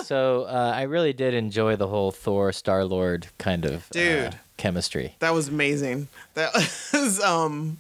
S2: so uh, I really did enjoy the whole Thor Star Lord kind of uh,
S1: Dude.
S2: chemistry.
S1: that was amazing. That [laughs] was um.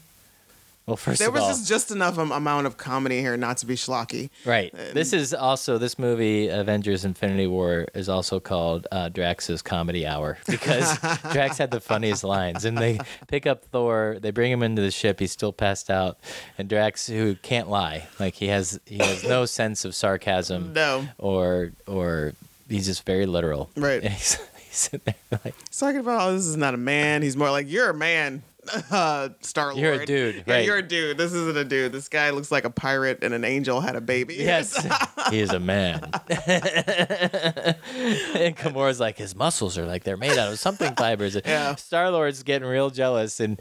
S2: Well, first
S1: There
S2: of
S1: was
S2: all,
S1: just, just enough um, amount of comedy here not to be schlocky.
S2: Right. This is also this movie, Avengers: Infinity War, is also called uh, Drax's Comedy Hour [laughs] because
S1: [laughs]
S2: Drax had the funniest lines, and they pick up Thor, they bring him into the ship, he's still passed out, and Drax, who can't lie, like he has he has no sense of sarcasm,
S1: No.
S2: or or he's just very literal,
S1: Right.
S2: [laughs] And he's, he's sitting there like,
S1: He's talking about, oh, this is not a man. He's more like, you're a man, [laughs] uh, Star Lord.
S2: You're a dude,
S1: Yeah,
S2: right.
S1: you're a dude. This isn't a dude. This guy looks like a pirate and an angel had a baby.
S2: yes,
S1: [laughs]
S2: he is a [laughs] man. and Gamora's like, his muscles are like they're made out of something fibers.
S1: [laughs] Yeah.
S2: Star Lord's getting real jealous, and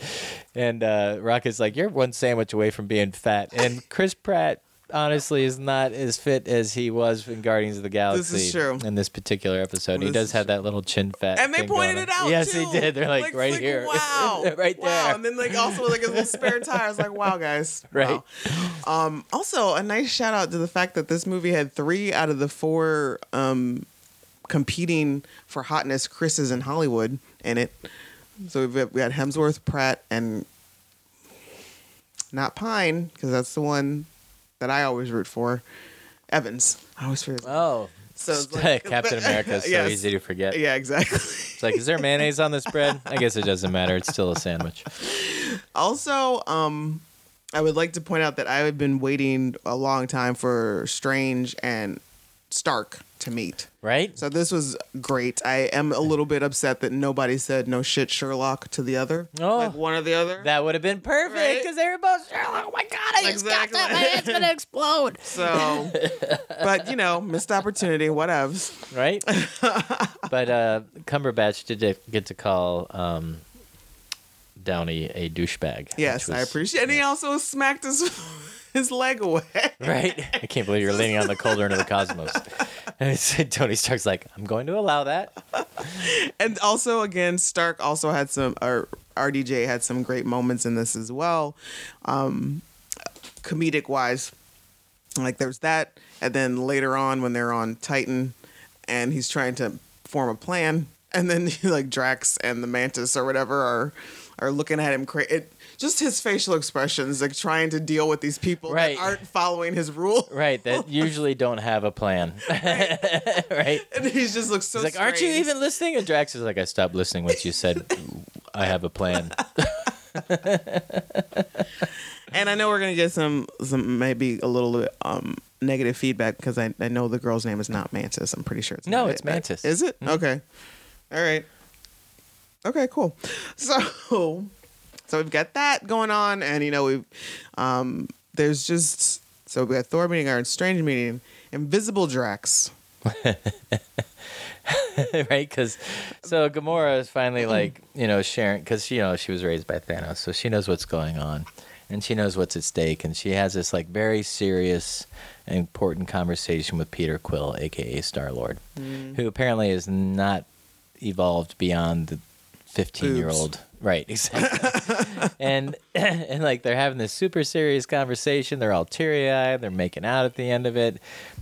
S2: and uh, Rocket's like, you're one sandwich away from being fat. And Chris Pratt honestly is not as fit as he was in Guardians of the Galaxy.
S1: is true.
S2: In this particular episode, he
S1: This
S2: does
S1: is
S2: have that little chin fat.
S1: And they
S2: thing going
S1: pointed
S2: on.
S1: it out.
S2: Yes,
S1: too.
S2: they did. They're like,
S1: it's
S2: right here, [laughs]
S1: Wow,
S2: right there.
S1: Wow. And then like also like his little spare tire. It's like, wow, guys.
S2: [laughs] Right.
S1: Wow. Um. Also, a nice shout out to the fact that this movie had three out of the four um competing for hotness Chris's in Hollywood in it. So we've got, we had Hemsworth, Pratt, and not Pine because that's the one that I always root for. Evans. I always forget. his-
S2: Oh,
S1: So it's like-
S2: [laughs] Captain America is
S1: [laughs]
S2: so
S1: Yes.
S2: easy to forget.
S1: yeah, exactly.
S2: It's like, is there mayonnaise on this bread? I guess it doesn't matter. It's still a sandwich.
S1: Also, um, I would like to point out that I have been waiting a long time for Strange and Stark to meet.
S2: Right?
S1: So this was great. I am a little bit upset that nobody said no shit Sherlock to the other.
S2: Oh.
S1: Like one or the other.
S2: That would have been perfect
S1: Right?
S2: because they were both Sherlock. Oh my god, I just got that. My
S1: Exactly.
S2: head's gonna explode.
S1: [laughs] so but you know, missed opportunity, whatevs. [laughs]
S2: Right? but uh, Cumberbatch did get to call um, Downey a douchebag.
S1: Yes,
S2: which
S1: I
S2: was-
S1: appreciate and he also smacked his [laughs] his leg away.
S2: Right? I can't believe you're leaning on the cold end of
S1: [laughs]
S2: the cosmos. And so Tony Stark's like, I'm going to allow that.
S1: And also, again, Stark also had some, or RDJ had some great moments in this as well, um, comedic wise. Like there's that, and then later on when they're on Titan, and he's trying to form a plan, and then [laughs] like Drax and the Mantis or whatever are are looking at him. Cra- it, just his facial expressions, like trying to deal with these people
S2: Right.
S1: that aren't following his rule.
S2: Right? That usually don't have a plan. [laughs] right?
S1: [laughs] And he just looks so.
S2: He's like, aren't you
S1: strange.
S2: even listening? And Drax is like, I stopped listening once you said, I have a plan. [laughs]
S1: And I know we're gonna get some some maybe a little bit um negative feedback because I, I know the girl's name is not Mantis. I'm pretty sure it's
S2: No,
S1: not
S2: it's
S1: it.
S2: Mantis. Mm-hmm.
S1: Is it? Okay. All right. Okay, cool. [laughs] So so we've got that going on and you know we've um there's just so we got Thor meeting our strange meeting, invisible Drax.
S2: right? Because so Gamora is finally like, you know, sharing because you know she was raised by Thanos, so she knows what's going on, and she knows what's at stake, and she has this like very serious and important conversation with Peter Quill, aka Star Lord, who apparently is not evolved beyond the fifteen-year-old. Right, exactly.
S1: [laughs]
S2: and [clears throat] and like they're having this super serious conversation. They're all teary-eyed. They're making out at the end of it.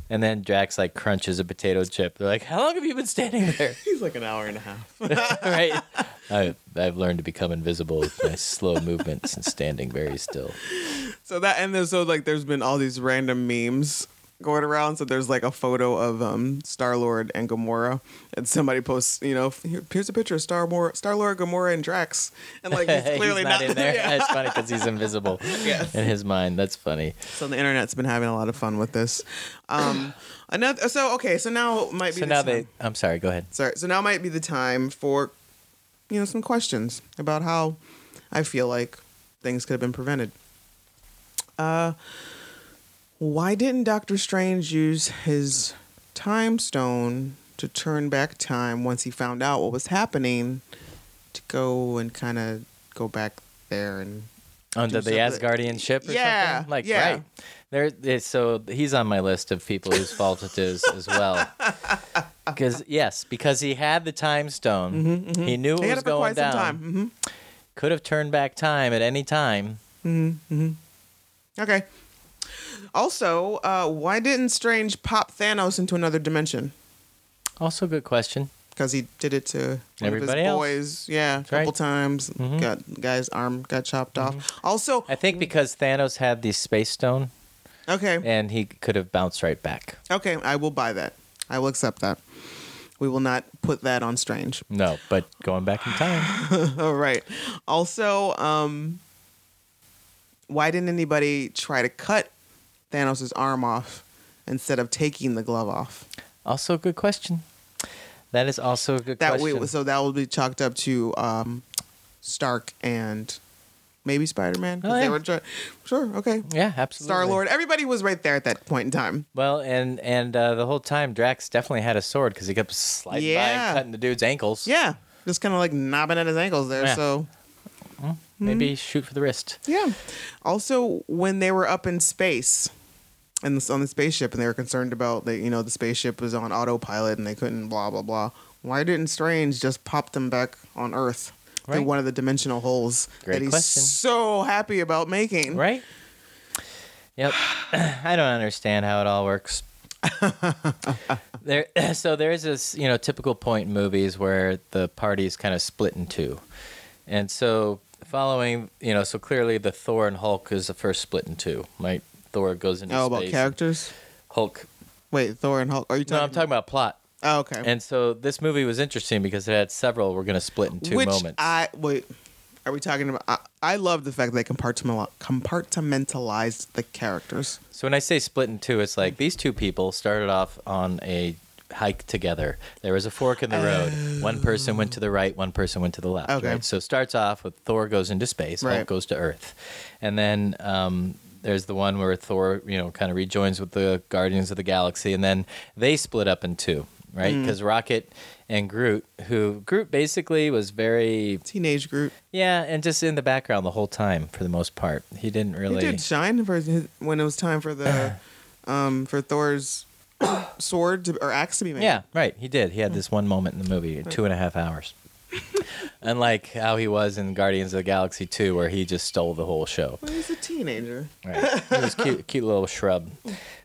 S2: And then Drax like crunches a potato chip. They're like, "How long have you been standing there?"
S1: [laughs] He's like an hour and a half.
S2: right? I, I've learned to become invisible with my slow movements and standing very still.
S1: So that and then so like there's been all these random memes going around. So there's like a photo of um Star Lord and Gamora, and somebody posts, you know, "Here- here's a picture of Star Lord, Star Lord, Gamora, and Drax, and like he's
S2: [laughs] he's
S1: clearly
S2: not,
S1: [laughs]
S2: in there.
S1: Yeah.
S2: It's funny because he's invisible
S1: Yes.
S2: in his mind. That's funny.
S1: So the internet's been having a lot of fun with this. Um, another. So okay. So now might be
S2: So
S1: the
S2: now
S1: time.
S2: they. I'm sorry. Go ahead.
S1: Sorry. So now might be the time for, you know, some questions about how I feel like things could have been prevented. Uh, why didn't Doctor Strange use his time stone to turn back time once he found out what was happening to go and kind of go back there and
S2: Onto
S1: Do
S2: the
S1: something.
S2: Asgardian ship or
S1: Yeah,
S2: something? Like,
S1: yeah.
S2: right. There, it's- so he's on my list of people whose fault it is as
S1: [laughs]
S2: well. Because, yes, because he had the time stone. He knew
S1: They Mm-hmm, had
S2: it
S1: it
S2: was
S1: for
S2: going
S1: quite
S2: down.
S1: some time. hmm
S2: Could have turned back time at any time.
S1: Okay. Also, uh, why didn't Strange pop Thanos into another dimension?
S2: Also, good question.
S1: because he did it to one
S2: Everybody
S1: of his
S2: else.
S1: boys. Yeah, a
S2: right. Mm-hmm.
S1: couple times. Got guy's arm got chopped off. Also,
S2: I think because Thanos had the space stone
S1: okay,
S2: and he could have bounced right back.
S1: okay, I will buy that. I will accept that. We will not put that on Strange. [laughs]
S2: No, but going back in time.
S1: All right. Also, um, why didn't anybody try to cut Thanos' arm off instead of taking the glove off?
S2: Also, a good question. That is also a good
S1: That
S2: question.
S1: we, so that will be chalked up to um, Stark and maybe Spider Man.
S2: Oh, yeah.
S1: They were try- sure. Okay.
S2: yeah, absolutely.
S1: Star Lord. Everybody was right there at that point in time.
S2: Well, and and uh, the whole time Drax definitely had a sword because he kept sliding by
S1: Yeah.
S2: and cutting the dude's ankles.
S1: Yeah, just kind of like knobbing at his ankles there.
S2: Yeah.
S1: So Mm-hmm.
S2: Maybe shoot for the wrist.
S1: yeah. Also, when they were up in space, and this, on the spaceship, and they were concerned about that you know the spaceship was on autopilot and they couldn't blah blah blah. Why didn't Strange just pop them back on Earth through
S2: Right.
S1: one of the dimensional holes
S2: Great
S1: that he's
S2: question.
S1: so happy about making?
S2: Right? Yep. [clears throat] I don't understand how it
S1: [laughs]
S2: all works. there, [clears throat] so there is this, you know, typical point in movies where the party is kind of split in two, and so following, you know, so clearly the Thor and Hulk is the first split in two. Right? Thor goes into
S1: Oh, about
S2: space.
S1: characters.
S2: Hulk.
S1: Wait, Thor and Hulk. Are you
S2: No,
S1: talking?
S2: I'm talking about plot.
S1: Oh, okay.
S2: And so this movie was interesting because it had several. We're going to split in two
S1: Which
S2: moments.
S1: I wait. Are we talking about? I, I love the fact that they compartmentali- compartmentalized the characters.
S2: So when I say split in two, it's like these two people started off on a hike together. There was a fork in the road. One person went to the right, one person went to the left.
S1: Okay.
S2: Right? So it starts off with Thor goes into space,
S1: Right.
S2: Hulk goes to Earth, and then um, there's the one where Thor, you know, kind of rejoins with the Guardians of the Galaxy, and then they split up in two, right?
S1: Mm.
S2: Because Rocket and Groot, who Groot basically was very
S1: Teenage Groot.
S2: yeah, and just in the background the whole time for the most part. He didn't
S1: He
S2: really.
S1: did shine for his, when it was time for
S2: [sighs]
S1: the um for Thor's [coughs] sword to, or axe to be made.
S2: Yeah, right. He did. He had this one moment in the movie, two and a half hours. [laughs] Unlike how he was in Guardians of the Galaxy 2, where he just stole the whole show.
S1: Well, he's a teenager.
S2: Right. He was cute, cute little shrub.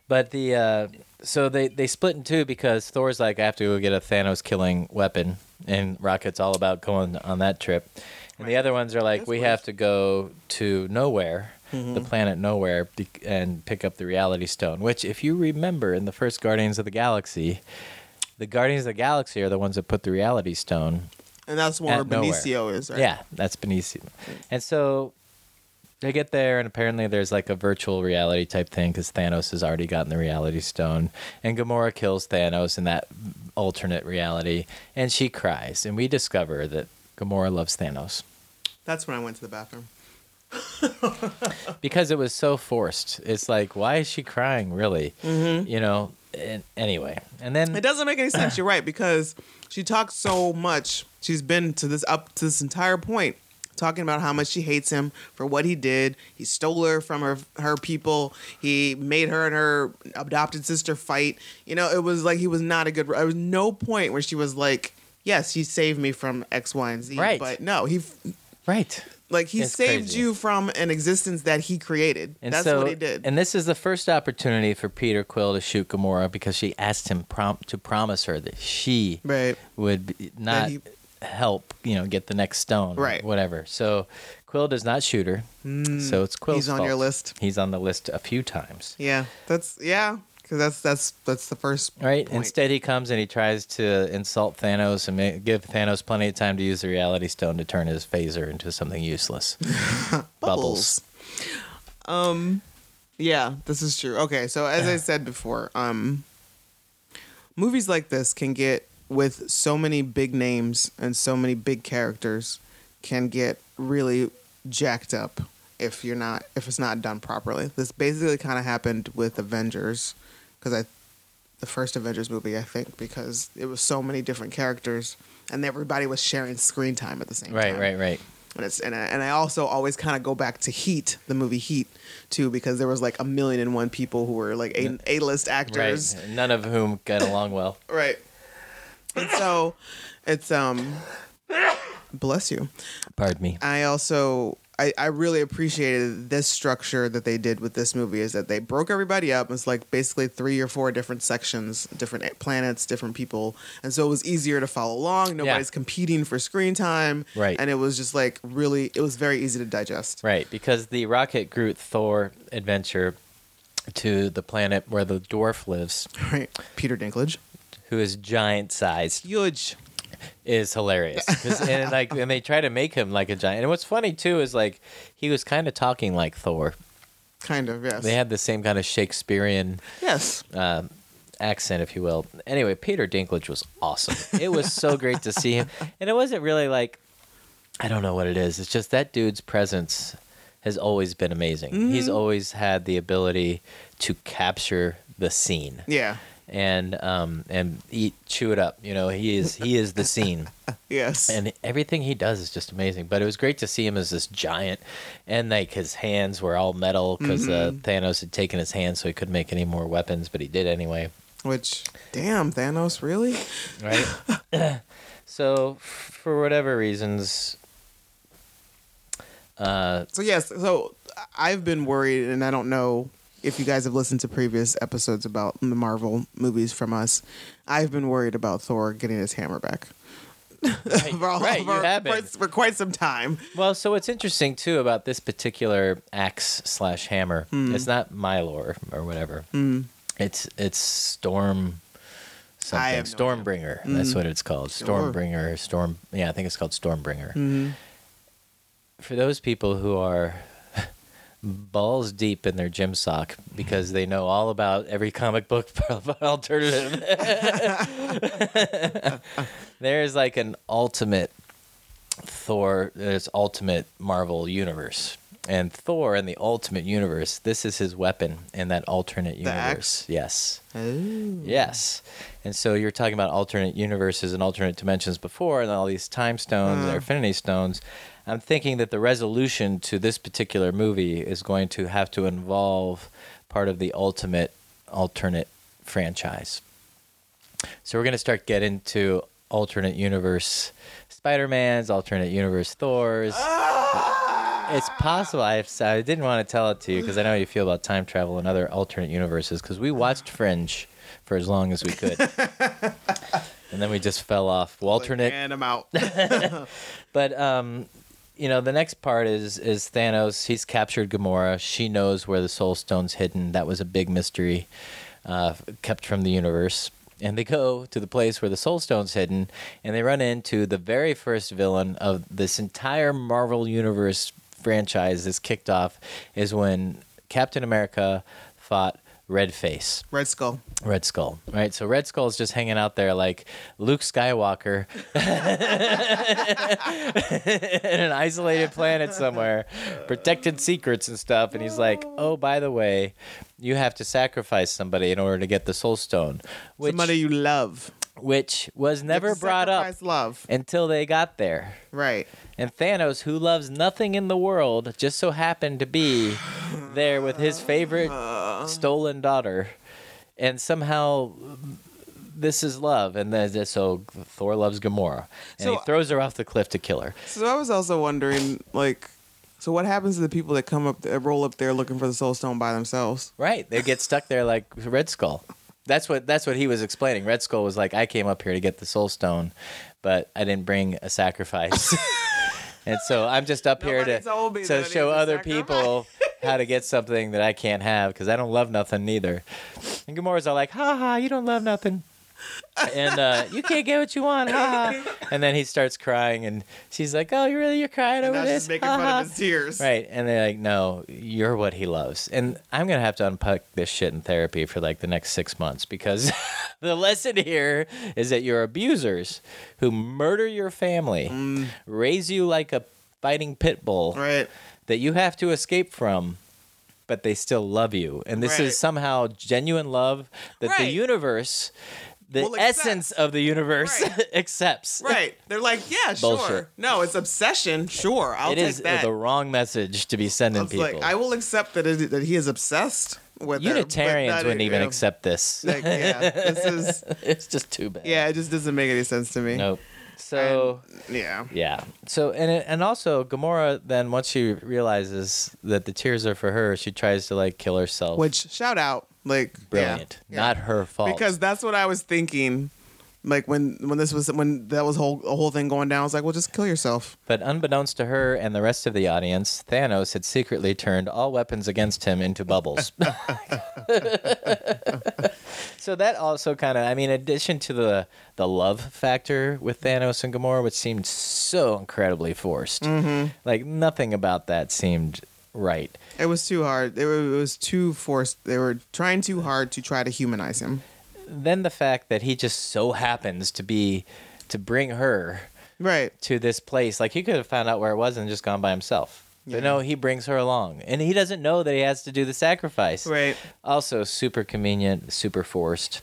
S2: But the uh, so they they split in two because Thor's like, I have to go get a Thanos killing weapon, and Rocket's all about going on that trip, and the other ones are like,
S1: That's
S2: we
S1: worse.
S2: have to go to nowhere. The planet nowhere be- and pick up the reality stone, which, if you remember in the first Guardians of the Galaxy, the Guardians of the Galaxy are the ones that put the reality stone
S1: And that's where
S2: At nowhere.
S1: Benicio is, right?
S2: yeah, that's Benicio. And so they get there, and apparently there's like a virtual reality type thing because Thanos has already gotten the reality stone, and Gamora kills Thanos in that alternate reality, and she cries, and we discover that Gamora
S1: [laughs]
S2: loves Thanos
S1: That's when I went to the bathroom.
S2: because it was so forced. It's like, why is she crying, really? Mm-hmm. You know. And anyway, and then
S1: It doesn't make any sense. You're right because she talks so much. She's been to this up to this entire point talking about how much she hates him for what he did. He stole her from her her people. He made her and her adopted sister fight. You know, it was like he was not a good. There was no point where she was like, "Yes, he saved me from X, Y, and Z."
S2: Right.
S1: But no, he
S2: right.
S1: like he
S2: It's
S1: saved
S2: crazy.
S1: you from an existence that he created.
S2: And
S1: That's
S2: so,
S1: what he did.
S2: And this is the first opportunity for Peter Quill to shoot Gamora because she asked him prom- to promise her that she
S1: right.
S2: would be- not
S1: he-
S2: help, you know, get the next stone, or
S1: Right. Mm.
S2: Whatever. So Quill does not shoot her. so it's Quill's
S1: he's on your
S2: fault.
S1: list.
S2: He's on the list a few times.
S1: Yeah. That's yeah. Because that's that's that's the first
S2: Right.
S1: point.
S2: Instead, he comes and he tries to insult Thanos and ma- give Thanos plenty of time to use the Reality Stone to turn his phaser into something
S1: [laughs]
S2: useless. Bubbles.
S1: Um, Yeah, this is true. Okay, so as I said before, um movies like this can get with so many big names and so many big characters can get really jacked up if you're not if it's not done properly. This basically kind of happened with Avengers cuz I the first Avengers movie, I think, because it was so many different characters and everybody was sharing screen time at the same
S2: Right.
S1: time.
S2: Right. Right.
S1: And it's and I, and I also always kind of go back to Heat, the movie Heat, too, because there was like a million and one people who were like a A list actors,
S2: Right. None of whom got
S1: [coughs]
S2: along well.
S1: right. And so, it's um, bless you.
S2: Pardon me.
S1: I also I, I really appreciated this structure that they did with this movie is that they broke everybody up. It's like basically three or four different sections, different planets, different people, and so it was easier to follow along. Nobody's competing for screen time,
S2: Right.
S1: And it was just like really, it was very easy to digest.
S2: Right, because the Rocket Groot Thor adventure to the planet where the dwarf lives,
S1: Right. Peter Dinklage.
S2: who is giant sized,
S1: Huge.
S2: is hilarious. 'Cause- and like, and they try to make him like a giant. And what's funny too is like he was kind of talking like Thor.
S1: Kind of, yes.
S2: They had Uh, the same kind of Shakespearean
S1: yes.
S2: accent, if you will. Anyway, Peter Dinklage was awesome. It was so great to see him, [laughs] and it wasn't really like I don't know what it is. It's just that dude's presence has always been Mm-hmm. amazing. He's always had the ability to capture the scene.
S1: yeah.
S2: and um, and eat chew it up. You know, he is he is the [laughs] scene.
S1: Yes.
S2: and everything he does is just amazing. But it was great to see him as this giant, and like his hands were all metal because uh, Thanos had taken his hands, so he couldn't make any more weapons, but he did anyway.
S1: Which, damn, Thanos, really?
S2: Right. [coughs] so, for whatever
S1: [laughs]
S2: reasons, uh,
S1: So yes, so I've been worried, and I don't know if you guys have listened to previous episodes about the Marvel movies from us. I've been worried about Thor getting his hammer back.
S2: right,
S1: [laughs] For all-
S2: right,
S1: for-
S2: you have
S1: for,
S2: been.
S1: for quite some time.
S2: Well, so what's interesting too about this particular axe slash hammer,
S1: Hmm.
S2: it's not Mylor or whatever. It's it's Storm something.
S1: have no Hmm.
S2: Stormbringer. That's what it's called.
S1: Sure. Hmm.
S2: Stormbringer. Storm. Yeah, I think it's called Stormbringer. For those people who are [laughs] balls deep in their gym sock because they know all about every comic book [laughs] alternative. There's like an ultimate Thor, there's ultimate Marvel universe. And Thor in the ultimate universe, this is his weapon in that alternate universe.
S1: axe?
S2: Yes. Yes. And so you're talking about alternate universes and alternate dimensions before, and all these time stones and infinity stones. I'm thinking that the resolution to this particular movie is going to have to involve part of the ultimate alternate franchise. So we're going to start getting to alternate universe Spider Man's, alternate universe Thor's. It's possible. I, I didn't want to tell it to you because I know how you feel about time travel and other alternate universes because we watched Fringe for as long as we could. and then we just fell off. Well, alternate
S1: and I'm
S2: [laughs]
S1: out.
S2: but um, you know, the next part is is Thanos. He's captured Gamora. She knows where the Soul Stone's hidden. That was a big mystery, uh, kept from the universe. And they go to the place where the Soul Stone's hidden, and they run into the very first villain of this entire Marvel Universe franchise. Is kicked off is when Captain America fought Red Face.
S1: Red Skull.
S2: Red Skull, right? So Red Skull's just hanging out there like Luke Skywalker [laughs] in an isolated planet somewhere, protected secrets and stuff. And he's like, oh, by the way, you have to sacrifice somebody in order to get the Soul Stone, which,
S1: Somebody you love.
S2: which was never
S1: Just
S2: brought up
S1: sacrifice Love.
S2: until they got there.
S1: Right.
S2: And Thanos, who loves nothing in the world, just so happened to be there with his favorite stolen daughter. And somehow this is love. And then this- so Thor loves Gamora. And he
S1: So-
S2: throws her off the cliff to kill her.
S1: So I was also wondering, like, so what happens to the people that come up, that roll up there looking for the Soul Stone by themselves?
S2: Right. They get stuck there like Red Skull. That's what that's what he was explaining. Red Skull was like, I came up here to get the soul stone, but I didn't bring a sacrifice. [laughs] and so I'm just up here to,
S1: Nobody told me
S2: to
S1: that it
S2: show
S1: was
S2: other
S1: sacrifice. [laughs]
S2: people how to get something that I can't have because I don't love nothing neither. And Gamora's all like, ha ha, you don't love nothing. and uh, you can't get what you want, ha
S1: [laughs]
S2: ha. And then he starts crying, and she's like, "Oh, you really? You're crying over
S1: Now
S2: this?"
S1: she's making
S2: Ha ha."
S1: fun of
S2: [laughs]
S1: his tears.
S2: Right. And they're like, no, you're what he loves. And I'm going to have to unpack this shit in therapy for like the next six months because [laughs] the lesson here is that your abusers who murder your family, raise you like a fighting pit bull
S1: Mm. Right.
S2: that you have to escape from. But they still love you, and this
S1: Right.
S2: is somehow genuine love that the
S1: Right.
S2: universe, the
S1: Will accept.
S2: essence of the universe,
S1: Right.
S2: [laughs] accepts.
S1: Right. They're like, yeah,
S2: Bullshit.
S1: sure. No, it's obsession. Sure, I'll
S2: It
S1: take
S2: is
S1: that.
S2: the wrong message to be sending
S1: I was
S2: people.
S1: like, I will accept that it, that he is obsessed with her, but
S2: Unitarians
S1: not-
S2: wouldn't even
S1: yeah. [laughs]
S2: accept this. [laughs]
S1: Like, yeah, this is
S2: it's just too bad.
S1: yeah. It just doesn't make any sense to me.
S2: Nope. So
S1: Yeah.
S2: yeah. So and it- and also Gamora then once she realizes that the tears are for her, she tries to like kill herself.
S1: Which shout out, like yeah,
S2: brilliant.
S1: yeah.
S2: Not her fault.
S1: because that's what I was thinking. Like when when this was when that was whole the whole thing going down, I was like, well, just kill yourself.
S2: but unbeknownst to her and the rest of the audience, Thanos had secretly turned all weapons against him into bubbles. so that also kind of, I mean, in addition to the the love factor with Thanos and Gamora, which seemed so incredibly forced, like nothing about that seemed right.
S1: It was too hard. It was, it was too forced. They were trying too hard to try to humanize him.
S2: Then the fact that he just so happens to be to bring her
S1: Right.
S2: to this place. Like he could have found out where it was and just gone by himself. But no, he brings her along, and he doesn't know that he has to do the sacrifice.
S1: Right.
S2: Also, super convenient, super forced.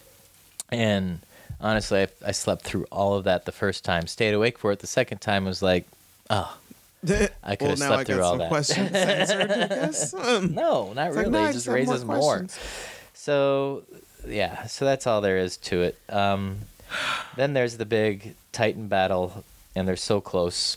S2: And honestly, I, I slept through all of that the first time. Stayed awake for it. The second time was like, oh, [laughs] I could
S1: well,
S2: have
S1: now
S2: slept
S1: I
S2: through
S1: got
S2: all
S1: some
S2: that.
S1: questions answered, I
S2: [laughs]
S1: guess. Um,
S2: no, not
S1: it's like,
S2: really.
S1: no, I
S2: it
S1: just
S2: just
S1: have more
S2: raises more.
S1: questions.
S2: So, yeah. So that's all there is to it. Um, then there's the big Titan battle, and they're so close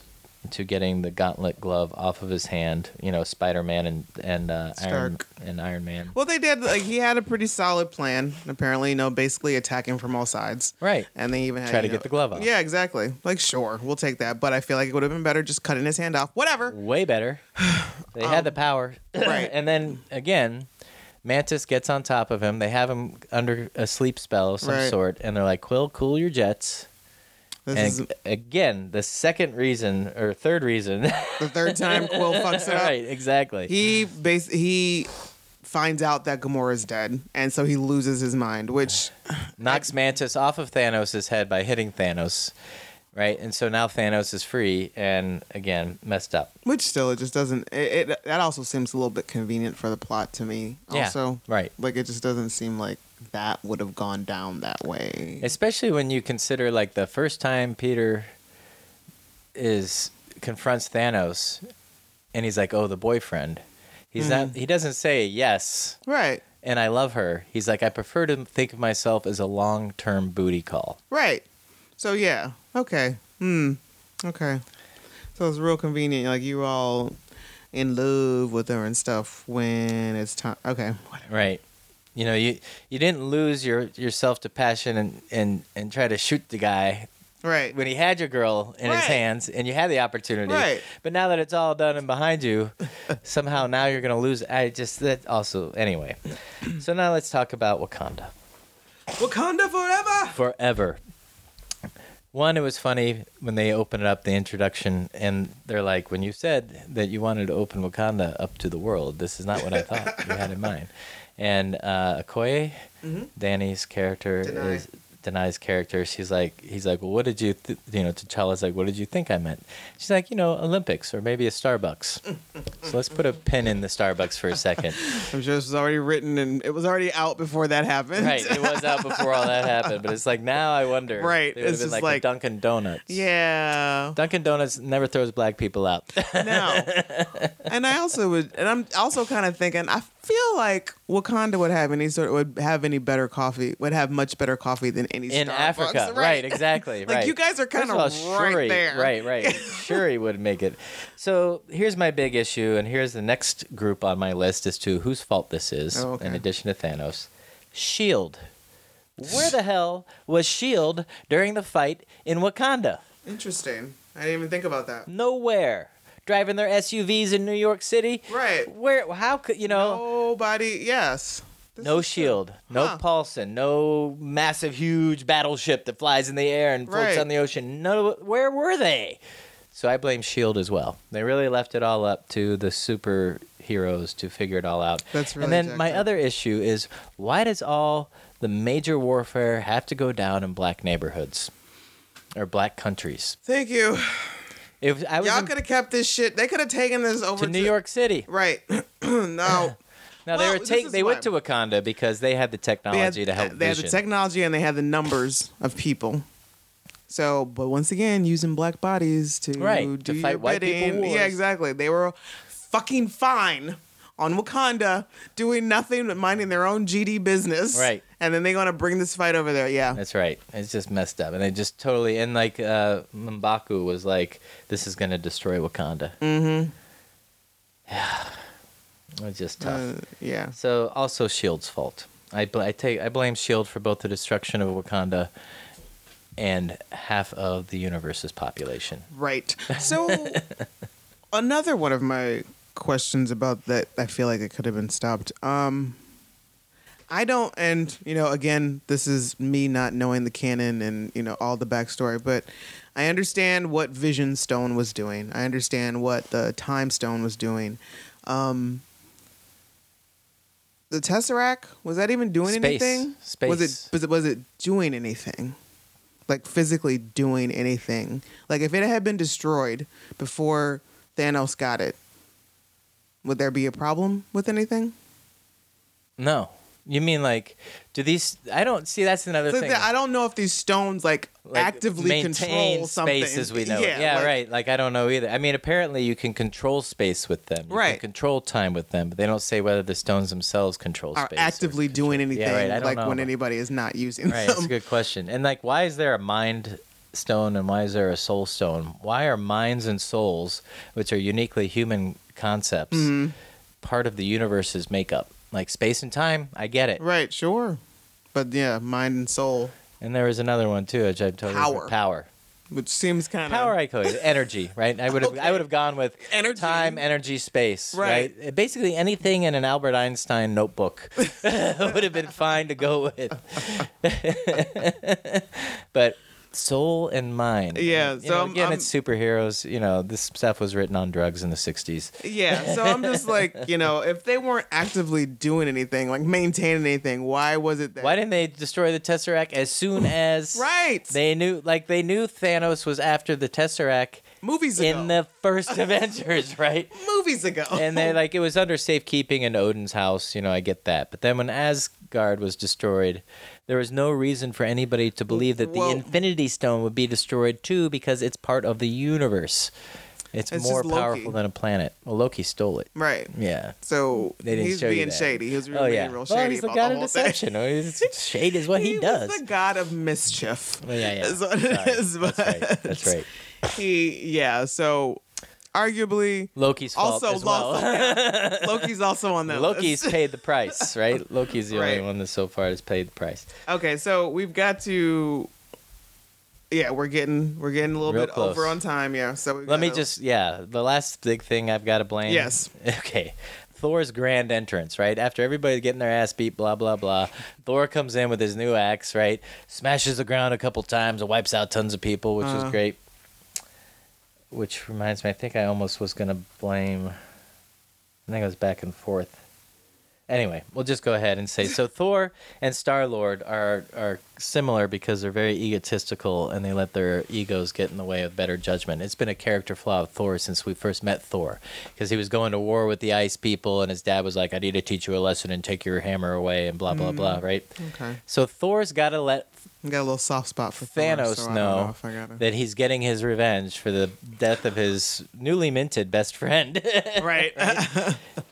S2: to getting the gauntlet glove off of his hand. You know, Spider Man and and uh, Iron
S1: Stark.
S2: and Iron Man.
S1: Well, they did. Like he had a pretty solid plan. Apparently, you know, basically attacking from all sides.
S2: Right.
S1: And they even had,
S2: Try to
S1: you know-
S2: get the glove off.
S1: Yeah, exactly. Like, sure, we'll take that. But I feel like it would have been better just cutting his hand off. Whatever. [sighs]
S2: Way better. They had the power.
S1: Um, right.
S2: [laughs] and then again, Mantis gets on top of him. They have him under a sleep spell of some
S1: Right.
S2: sort, and they're like, "Quill, cool your jets."
S1: This
S2: and
S1: is
S2: ag- again, the second reason or third reason. [laughs]
S1: the third time Quill fucks it up.
S2: right, exactly.
S1: He bas- he finds out that Gamora's dead, and so he loses his mind. Which
S2: Knocks Mantis off of Thanos' head by hitting Thanos. Right, and so now Thanos is free, and again messed up.
S1: which still it just doesn't. It, it that also seems a little bit convenient for the plot to me.
S2: Yeah,
S1: Also,
S2: right.
S1: Like it just doesn't seem like that would have gone down that way.
S2: Especially when you consider like the first time Peter is confronts Thanos and he's like, "Oh, the boyfriend." He's not he doesn't say yes
S1: right.
S2: and I love her. He's like, "I prefer to think of myself as a long-term booty call."
S1: Right. So yeah. Okay. Hmm. Okay. So it's real convenient. Like you all in love with her and stuff when it's time. Okay. Whatever.
S2: Right. You know, you you didn't lose your yourself to passion and and and try to shoot the guy
S1: Right.
S2: when he had your girl in his
S1: Right.
S2: hands and you had the opportunity.
S1: Right.
S2: But now that it's all done and behind you, somehow now you're gonna lose. I just that also anyway. So now let's talk about Wakanda
S1: Wakanda forever.
S2: forever. One, it was funny when they opened up the introduction and they're like, when you said that you wanted to open Wakanda up to the world, this is not what I thought you had in mind. And uh, Okoye, Danny's character,
S1: Denai.
S2: is Denai's character, she's like, he's like, well, what did you, th-, you know, T'Challa's like, what did you think I meant? She's like, you know, Olympics or maybe a Starbucks. so let's put a pin in the Starbucks for a second.
S1: I'm sure this was already written and it was already out before that happened.
S2: Right, it was out before all that happened, but it's like now I wonder.
S1: Right,
S2: it would have
S1: it's
S2: been
S1: just
S2: like,
S1: like-
S2: a Dunkin' Donuts.
S1: [laughs] Yeah.
S2: Dunkin' Donuts never throws black
S1: [laughs]
S2: people out. [laughs]
S1: No. and I also would, and I'm also kind of thinking. I feel like Wakanda would have any sort would have any better coffee. Would have much better coffee than any
S2: In
S1: Starbucks,
S2: Africa, right. Exactly,
S1: Like,
S2: right.
S1: you guys are
S2: First
S1: kinda
S2: all,
S1: right
S2: Shuri,
S1: there.
S2: Right,
S1: [laughs]
S2: right. Shuri would make it. So here's my big issue, and here's the next group on my list as to whose fault this is.
S1: Oh, okay.
S2: In addition to Thanos, Shield. E Where the hell was Shield E during the fight in Wakanda?
S1: [laughs] Interesting. I didn't even think about that.
S2: Nowhere. Driving their SUVs in New York City.
S1: Right.
S2: Where? How could you know?
S1: Nobody. Yes. This
S2: No
S1: is true.
S2: shield, no
S1: Huh.
S2: Paulson, no massive, huge battleship that flies in the air and floats
S1: Right.
S2: on the ocean. No, where were they? So I blame Shield as well. They really left it all up to the superheroes to figure it all out.
S1: That's really
S2: And then my
S1: jacked up.
S2: other issue is why does all the major warfare have to go down in black neighborhoods or black countries?
S1: Thank you.
S2: If I was
S1: Y'all
S2: in-
S1: could have kept this shit. They could have taken this over
S2: to New York City,
S1: Right. [clears throat] no.
S2: now
S1: Well,
S2: they were
S1: this
S2: take
S1: is
S2: they went to
S1: why-
S2: Wakanda because they had the
S1: They had,
S2: technology to help.
S1: they had the
S2: vision.
S1: technology and they had the numbers of people. So, but once again, using black bodies to
S2: Right,
S1: do
S2: to
S1: your
S2: fight white people
S1: bidding.
S2: wars.
S1: Yeah, exactly. They were fucking fine on Wakanda, doing nothing but minding their own GD business.
S2: Right.
S1: And then they're gonna bring this fight over there. Yeah.
S2: That's right. It's just messed up, and they just totally and like uh, M'Baku was like, "This is gonna destroy Wakanda." Mm-hmm. [sighs] Yeah, it's just tough.
S1: Uh, yeah.
S2: so also Shield's fault. I, bl- I take I blame Shield for both the destruction of Wakanda and half of the universe's population. [laughs]
S1: Right. So another one of my questions about that I feel like it could have been stopped. Um I don't and you know, again, this is me not knowing the canon and, you know, all the backstory, but I understand what Vision Stone was doing. I understand what the Time Stone was doing. Um the Tesseract, was that even doing
S2: Space.
S1: anything?
S2: Space.
S1: Was it was it was it doing anything? like physically doing anything. Like if it had been destroyed before Thanos got it, would there be a problem with anything?
S2: No, You mean like, do these? I don't see. That's another
S1: It's like
S2: thing.
S1: that- I don't know if these stones like,
S2: Like,
S1: actively
S2: maintain
S1: control something.
S2: space as we know. it.
S1: Yeah,
S2: Yeah,
S1: like-
S2: right. Like I don't know either. I mean, apparently you can control space with them. You can
S1: Right.
S2: control time with them, but they don't say whether the stones themselves control
S1: Are
S2: space. or-
S1: actively doing anything
S2: right, I don't
S1: like
S2: know.
S1: when anybody is not using them.
S2: Right. That's a good question. And like, why is there a mind stone and why is there a soul stone? Why are minds and souls, which are uniquely human concepts,
S1: Mm-hmm.
S2: part of the universe's makeup? Like space and time, I get it.
S1: Right, sure. But yeah, mind and soul,
S2: And there was another one too, which I totally
S1: Power.
S2: power.
S1: which seems kind of
S2: Power, I call it energy, right? I would have, I would have gone with
S1: Energy.
S2: time, energy, space,
S1: Right.
S2: right? Basically, anything in an Albert Einstein notebook [laughs] would have been fine to go with. [laughs] but soul and mind,
S1: Yeah,
S2: You
S1: so
S2: know,
S1: I'm-
S2: again,
S1: I'm-
S2: it's superheroes. You know, this stuff was written on drugs in the '60s.
S1: Yeah, so I'm just
S2: [laughs]
S1: like, you know, if they weren't actively doing anything, like maintaining anything, why was it that?
S2: Why didn't they destroy the Tesseract
S1: [laughs]
S2: as soon as
S1: Right.
S2: They knew, like they knew Thanos was after the Tesseract.
S1: movies ago?
S2: In the first [laughs] Avengers, right?
S1: movies ago.
S2: and they like it was under safekeeping in Odin's house. You know, I get that. But then when Asgard was destroyed, there was no reason for anybody to believe that
S1: Well-
S2: the Infinity Stone would be destroyed too, because it's part of the universe. It's,
S1: It's
S2: more
S1: just Loki.
S2: powerful than a planet. Well, Loki stole it.
S1: [laughs] right.
S2: Yeah.
S1: So
S2: They didn't
S1: he's
S2: show you
S1: being
S2: that.
S1: shady. He was really
S2: Oh yeah.
S1: being real
S2: well,
S1: shady
S2: he's the
S1: about
S2: god
S1: the
S2: of
S1: whole thing.
S2: deception. Oh,
S1: [laughs]
S2: he's- shade is what he, does.
S1: was the god of mischief.
S2: Well, yeah, yeah.
S1: Is what it
S2: Sorry.
S1: is,
S2: That's right. That's
S1: but
S2: right.
S1: He, yeah. So arguably,
S2: Loki's fault
S1: also
S2: as [laughs] well.
S1: Loki- yeah, Loki's also on that.
S2: Loki's
S1: list.
S2: paid the
S1: [laughs]
S2: price, right? Loki's the
S1: Right.
S2: only one that so far has paid the price.
S1: Okay, so we've got to. Yeah, we're getting we're getting a little
S2: Real
S1: bit
S2: close.
S1: over on time. Yeah, so we've
S2: Let me
S1: gotta-
S2: just, yeah, the last big thing I've got to blame.
S1: Yes.
S2: [laughs] Okay. Thor's grand entrance, right? After everybody getting their ass beat, blah, blah, blah. Thor comes in with his new axe, right? Smashes the ground a couple times and wipes out tons of people, which
S1: Uh.
S2: is great. Which reminds me, I think I almost was going to blame. I think I was back and forth. Anyway, we'll just go ahead and say so. Thor and Star Lord are are similar because they're very egotistical and they let their egos get in the way of better judgment. It's been a character flaw of Thor since we first met Thor, because he was going to war with the Ice People, and his dad was like, "I need to teach you a lesson and take your hammer away," and blah blah
S1: Mm.
S2: blah. Right.
S1: Okay,
S2: So Thor's got to let
S1: I got a little soft spot for Thor,
S2: Thanos
S1: so I don't know
S2: know
S1: if I gotta-
S2: that he's getting his revenge for the death of his newly minted best friend. [laughs]
S1: [laughs] right,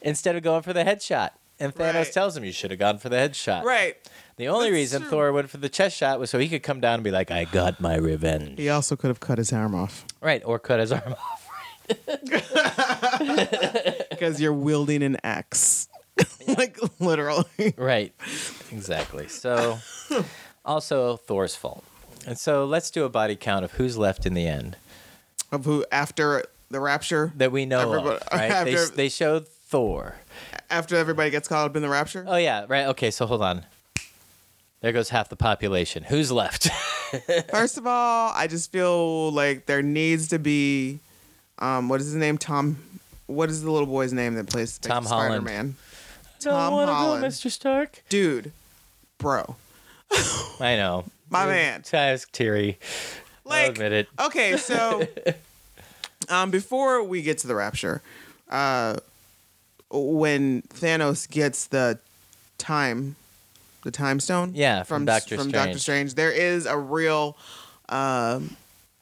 S2: instead of going for the headshot. And Thanos
S1: Right.
S2: tells him you should have gone for the headshot.
S1: right.
S2: The only
S1: That's
S2: reason
S1: true.
S2: Thor went for the chest shot was so he could come down and be like, I got my revenge.
S1: He also could have cut his arm off
S2: Right, or cut his arm off.
S1: because you're wielding an axe, [laughs] like literally.
S2: Right, exactly. So, also Thor's fault. And so let's do a body count of who's left in the end
S1: Of who after the rapture,
S2: that we know
S1: Everybody-
S2: of.
S1: [laughs]
S2: Right? They,
S1: after-
S2: they showed Thor.
S1: after everybody gets caught up in the
S2: [laughs]
S1: rapture,
S2: Oh, yeah, right. Okay, so hold on. There goes half the population. Who's left?
S1: First of all, I just feel like there needs to be, um, what is his name? Tom. What is the little boy's name that plays
S2: Tom
S1: Spider
S2: Holland.
S1: Man?
S2: [laughs] Don't wanna
S1: Holland.
S2: go, Mr. Stark.
S1: Dude, bro,
S2: I know.
S1: my man.
S2: I was teary. I'll
S1: Like,
S2: admit it.
S1: okay,
S2: [laughs]
S1: so um, before we get to the rapture, uh, when Thanos gets the time, the time stone,
S2: Yeah, from Doctor
S1: from Doctor
S2: Strange.
S1: Strange, there is a real um,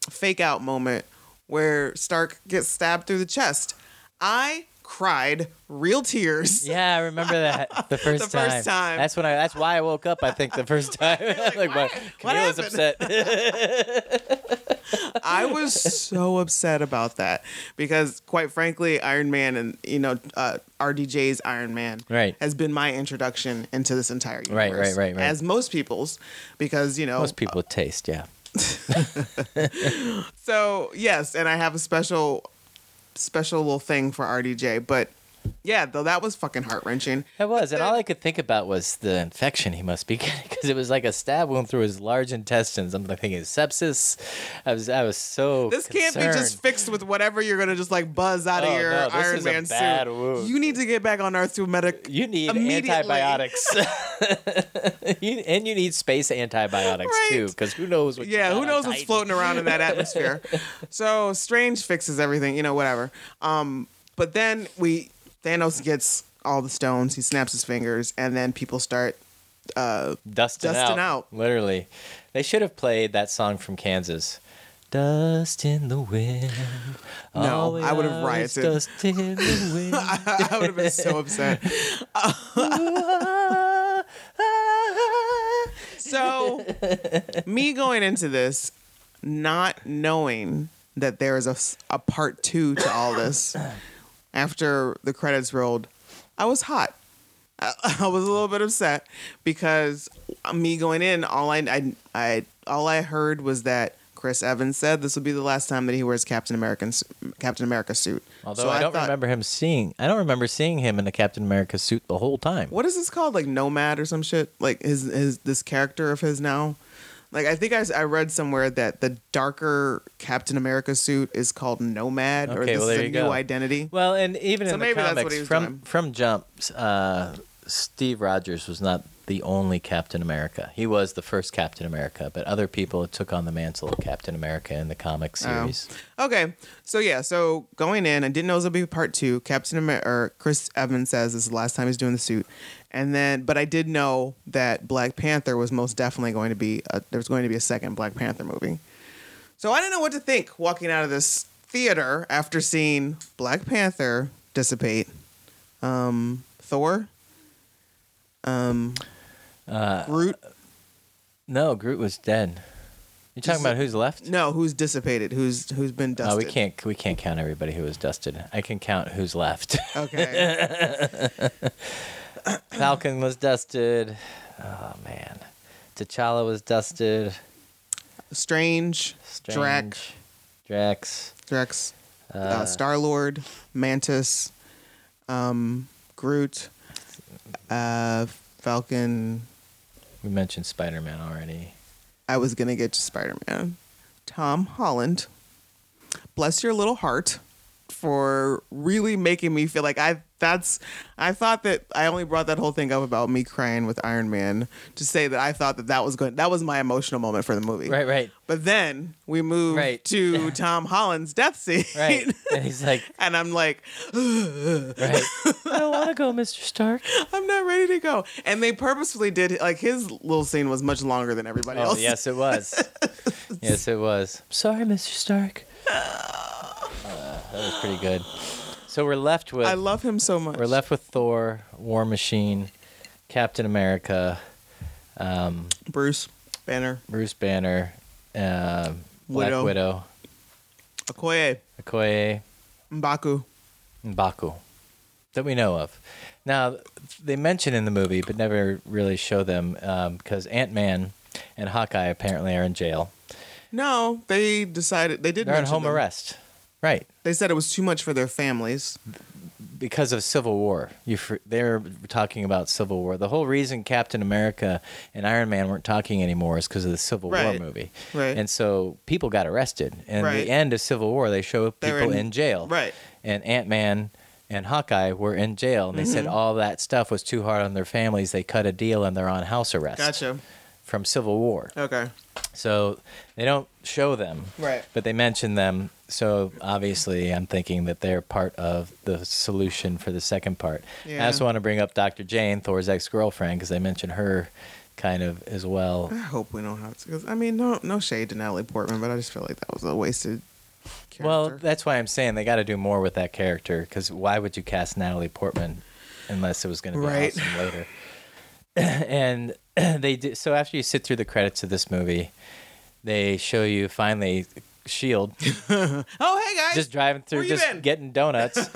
S1: fake out moment where Stark gets stabbed through the chest. I cried real tears.
S2: [laughs] Yeah, I
S1: [laughs]
S2: remember that the first
S1: The
S2: time.
S1: first time.
S2: That's when I. That's why I woke up. I think
S1: [laughs]
S2: the first time. like,
S1: "Why?
S2: wow,
S1: What
S2: Camille was
S1: happened?" [laughs]
S2: upset.
S1: I was so upset about that because, quite frankly, Iron Man and you know uh, RDJ's Iron Man
S2: Right.
S1: has been my introduction into this entire universe.
S2: Right, right, right, right.
S1: As most people's, because you know.
S2: Most people with taste, yeah.
S1: so yes, and I have a special, special little thing for RDJ, but. Yeah, though that was fucking heart wrenching.
S2: It was, and all I could think about was the infection he must be [laughs] getting because it was like a stab wound through his large intestines. I'm like thinking sepsis. I was, I was so.
S1: This can't be just
S2: concerned.
S1: fixed with whatever you're gonna just like buzz out of
S2: Oh,
S1: your
S2: no, this
S1: Iron
S2: is a
S1: Man suit.
S2: bad wound.
S1: You need to get back on Earth to a medic.
S2: You need
S1: Immediately. [laughs]
S2: antibiotics, [laughs] You- and you need space antibiotics
S1: Right.
S2: too, because who knows what? you
S1: yeah,
S2: got
S1: who
S2: on
S1: knows what's
S2: Titan.
S1: floating around in that atmosphere. so Strange fixes everything, you know, whatever. Um, but then we Thanos gets all the stones. He snaps his fingers, and then people start. [laughs] Uh,
S2: Dustin,
S1: Dustin
S2: out.
S1: out.
S2: Literally. They should have played that song from Kansas. Dust in the wind.
S1: No,
S2: All we
S1: I would have
S2: are is
S1: rioted.
S2: Dust in the wind.
S1: [laughs] I, I would have been so upset. So, me going into this, not knowing that there is a, s- a part two to all
S2: [coughs]
S1: this, after the credits rolled, I was hot. I, [laughs] I was a little bit upset because uh, me going in, all I, I, I all I heard was that Chris Evans said this will be the last time that he wears Captain American's Captain America suit.
S2: Although
S1: So
S2: I don't
S1: thought,
S2: remember him seeing, I don't remember seeing him in the Captain America suit the whole time.
S1: what is this called like nomad or some shit like his his this character of his now like i think i, s- I read somewhere that the darker captain america suit is called nomad or
S2: Okay,
S1: this
S2: well,
S1: is
S2: there
S1: a
S2: you
S1: new
S2: go.
S1: identity
S2: Well, and even
S1: So
S2: in the
S1: maybe that's what he
S2: comics,
S1: was
S2: from
S1: doing.
S2: from Jump, uh, Steve Rogers was not the only Captain America. He was the first Captain America, but other people took on the mantle of Captain America in the comic
S1: Oh.
S2: series.
S1: okay so yeah so going in i didn't know this would be part two captain america or chris evans says this is the last time he's doing the suit and then but i did know that black panther was most definitely going to be a, there was going to be a second black panther movie So I didn't know what to think walking out of this theater after seeing Black Panther dissipate, um, Thor, um,
S2: Uh,
S1: Groot.
S2: No, Groot was dead. You talking about who's left?
S1: No, who's dissipated? Who's who's been dusted?
S2: No, we can't. We can't count everybody who was dusted. I can count who's left. [laughs]
S1: Okay.
S2: Falcon was dusted. Oh man, T'Challa was dusted.
S1: Strange, Drac,
S2: Strange. Drax.
S1: Drax, uh, Star Lord, Mantis, um, Groot, uh, Falcon.
S2: We mentioned Spider Man already.
S1: I was gonna get to Spider Man. Tom Holland, bless your little heart for really making me feel like I that's I thought that I only brought that whole thing up about me crying with Iron Man to say that I thought that that was going that was my emotional moment for the movie.
S2: Right, right,
S1: But then we moved
S2: Right. [laughs]
S1: to Tom Holland's death scene. [laughs]
S2: right. [laughs] and he's like,
S1: and I'm like,
S2: right. I don't want to go,
S1: [laughs]
S2: Mr. Stark.
S1: I'm not ready to go. And they purposefully did like his little scene was much longer than everybody
S2: Oh,
S1: else.
S2: yes,
S1: [laughs]
S2: it was. yes, it was. Sorry, Mr. Stark. Uh, that was pretty good. So we're left with
S1: I love him so much.
S2: we're left with Thor, War Machine, Captain America, um,
S1: Bruce Banner.
S2: Bruce Banner, uh, Black
S1: Widow.
S2: Widow,
S1: Okoye,
S2: Okoye,
S1: Mbaku.
S2: and Baku that we know of. Now, they mention in the movie, but never really show them because Ant Man and Hawkeye apparently are in jail.
S1: No, they decided they did.
S2: They're on
S1: mention
S2: home
S1: them.
S2: arrest. Right.
S1: They said it was too much for their families.
S2: Because of Civil War. You fr- they're talking about Civil War. The whole reason Captain America and Iron Man weren't talking anymore is because of the Civil
S1: Right.
S2: War movie.
S1: Right.
S2: And so people got arrested. And at
S1: Right.
S2: the end of Civil War, they show
S1: They were
S2: people
S1: in-
S2: in, jail.
S1: right.
S2: And Ant Man and Hawkeye were in jail. And they
S1: Mm-hmm.
S2: said all that stuff was too hard on their families. They cut a deal and they're on house arrest.
S1: Gotcha.
S2: From Civil War.
S1: Okay.
S2: So they don't show them,
S1: Right.
S2: But they mention them. So obviously, I'm thinking that they're part of the solution for the second part.
S1: Yeah.
S2: I also want to bring up Dr. Jane, Thor's ex-girlfriend, because they mention her kind of as well.
S1: I hope we don't have to. Cause I mean, no, no shade to Natalie Portman, but I just feel like that was a wasted. Character.
S2: Well, that's why I'm saying they got to do more with that character. Because why would you cast Natalie Portman unless it was going to be
S1: Right.
S2: awesome later? [laughs] and [clears throat] they do. So after you sit through the credits of this movie, they show you finally Shield
S1: oh hey guys,
S2: just driving
S1: Where
S2: through,
S1: you
S2: just
S1: been? [laughs]
S2: getting donuts,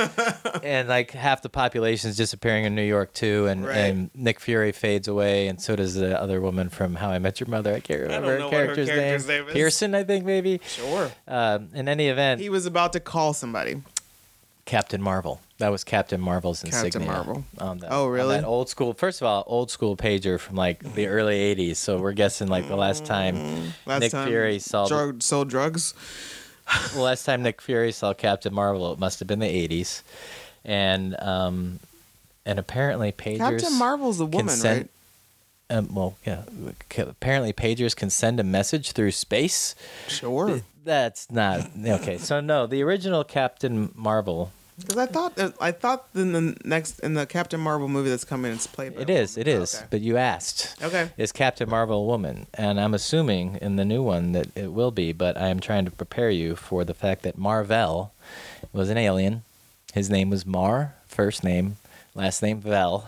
S2: and like half the population's disappearing in New York too. And,
S1: Right.
S2: and Nick Fury fades away, and so does the other woman from How I Met Your Mother. I can't
S1: know
S2: remember
S1: what
S2: her
S1: her
S2: character's,
S1: character's
S2: name.
S1: name is.
S2: Pearson, I think maybe.
S1: sure.
S2: Um, in any event,
S1: He was about to call somebody.
S2: Captain Marvel. That was Captain Marvel's
S1: Captain
S2: insignia.
S1: Marvel.
S2: On the,
S1: Oh,
S2: on
S1: really?
S2: that old school. First of all, old school pager from like the early '80s. So we're guessing like the last time
S1: Last
S2: Nick
S1: time
S2: Fury saw the-
S1: drug, sold drugs.
S2: the last time Nick Fury saw Captain Marvel, it must have been the '80s, and um, and apparently pagers.
S1: Captain Marvel's a woman,
S2: consent- Um, well, yeah. ca- Apparently, pagers can send a message through space.
S1: right? Sure.
S2: That's not okay. So no, the original Captain Marvel
S1: Because I thought I thought in the next in the Captain Marvel movie that's coming, it's played. By
S2: It
S1: a
S2: is, it
S1: woman. Oh,
S2: is.
S1: okay.
S2: But you asked,
S1: Okay.
S2: is Captain Marvel a woman? And I'm assuming in the new one that it will be, but I am trying to prepare you for the fact that Marvell was an alien. His name was Mar, first name, last name Vel,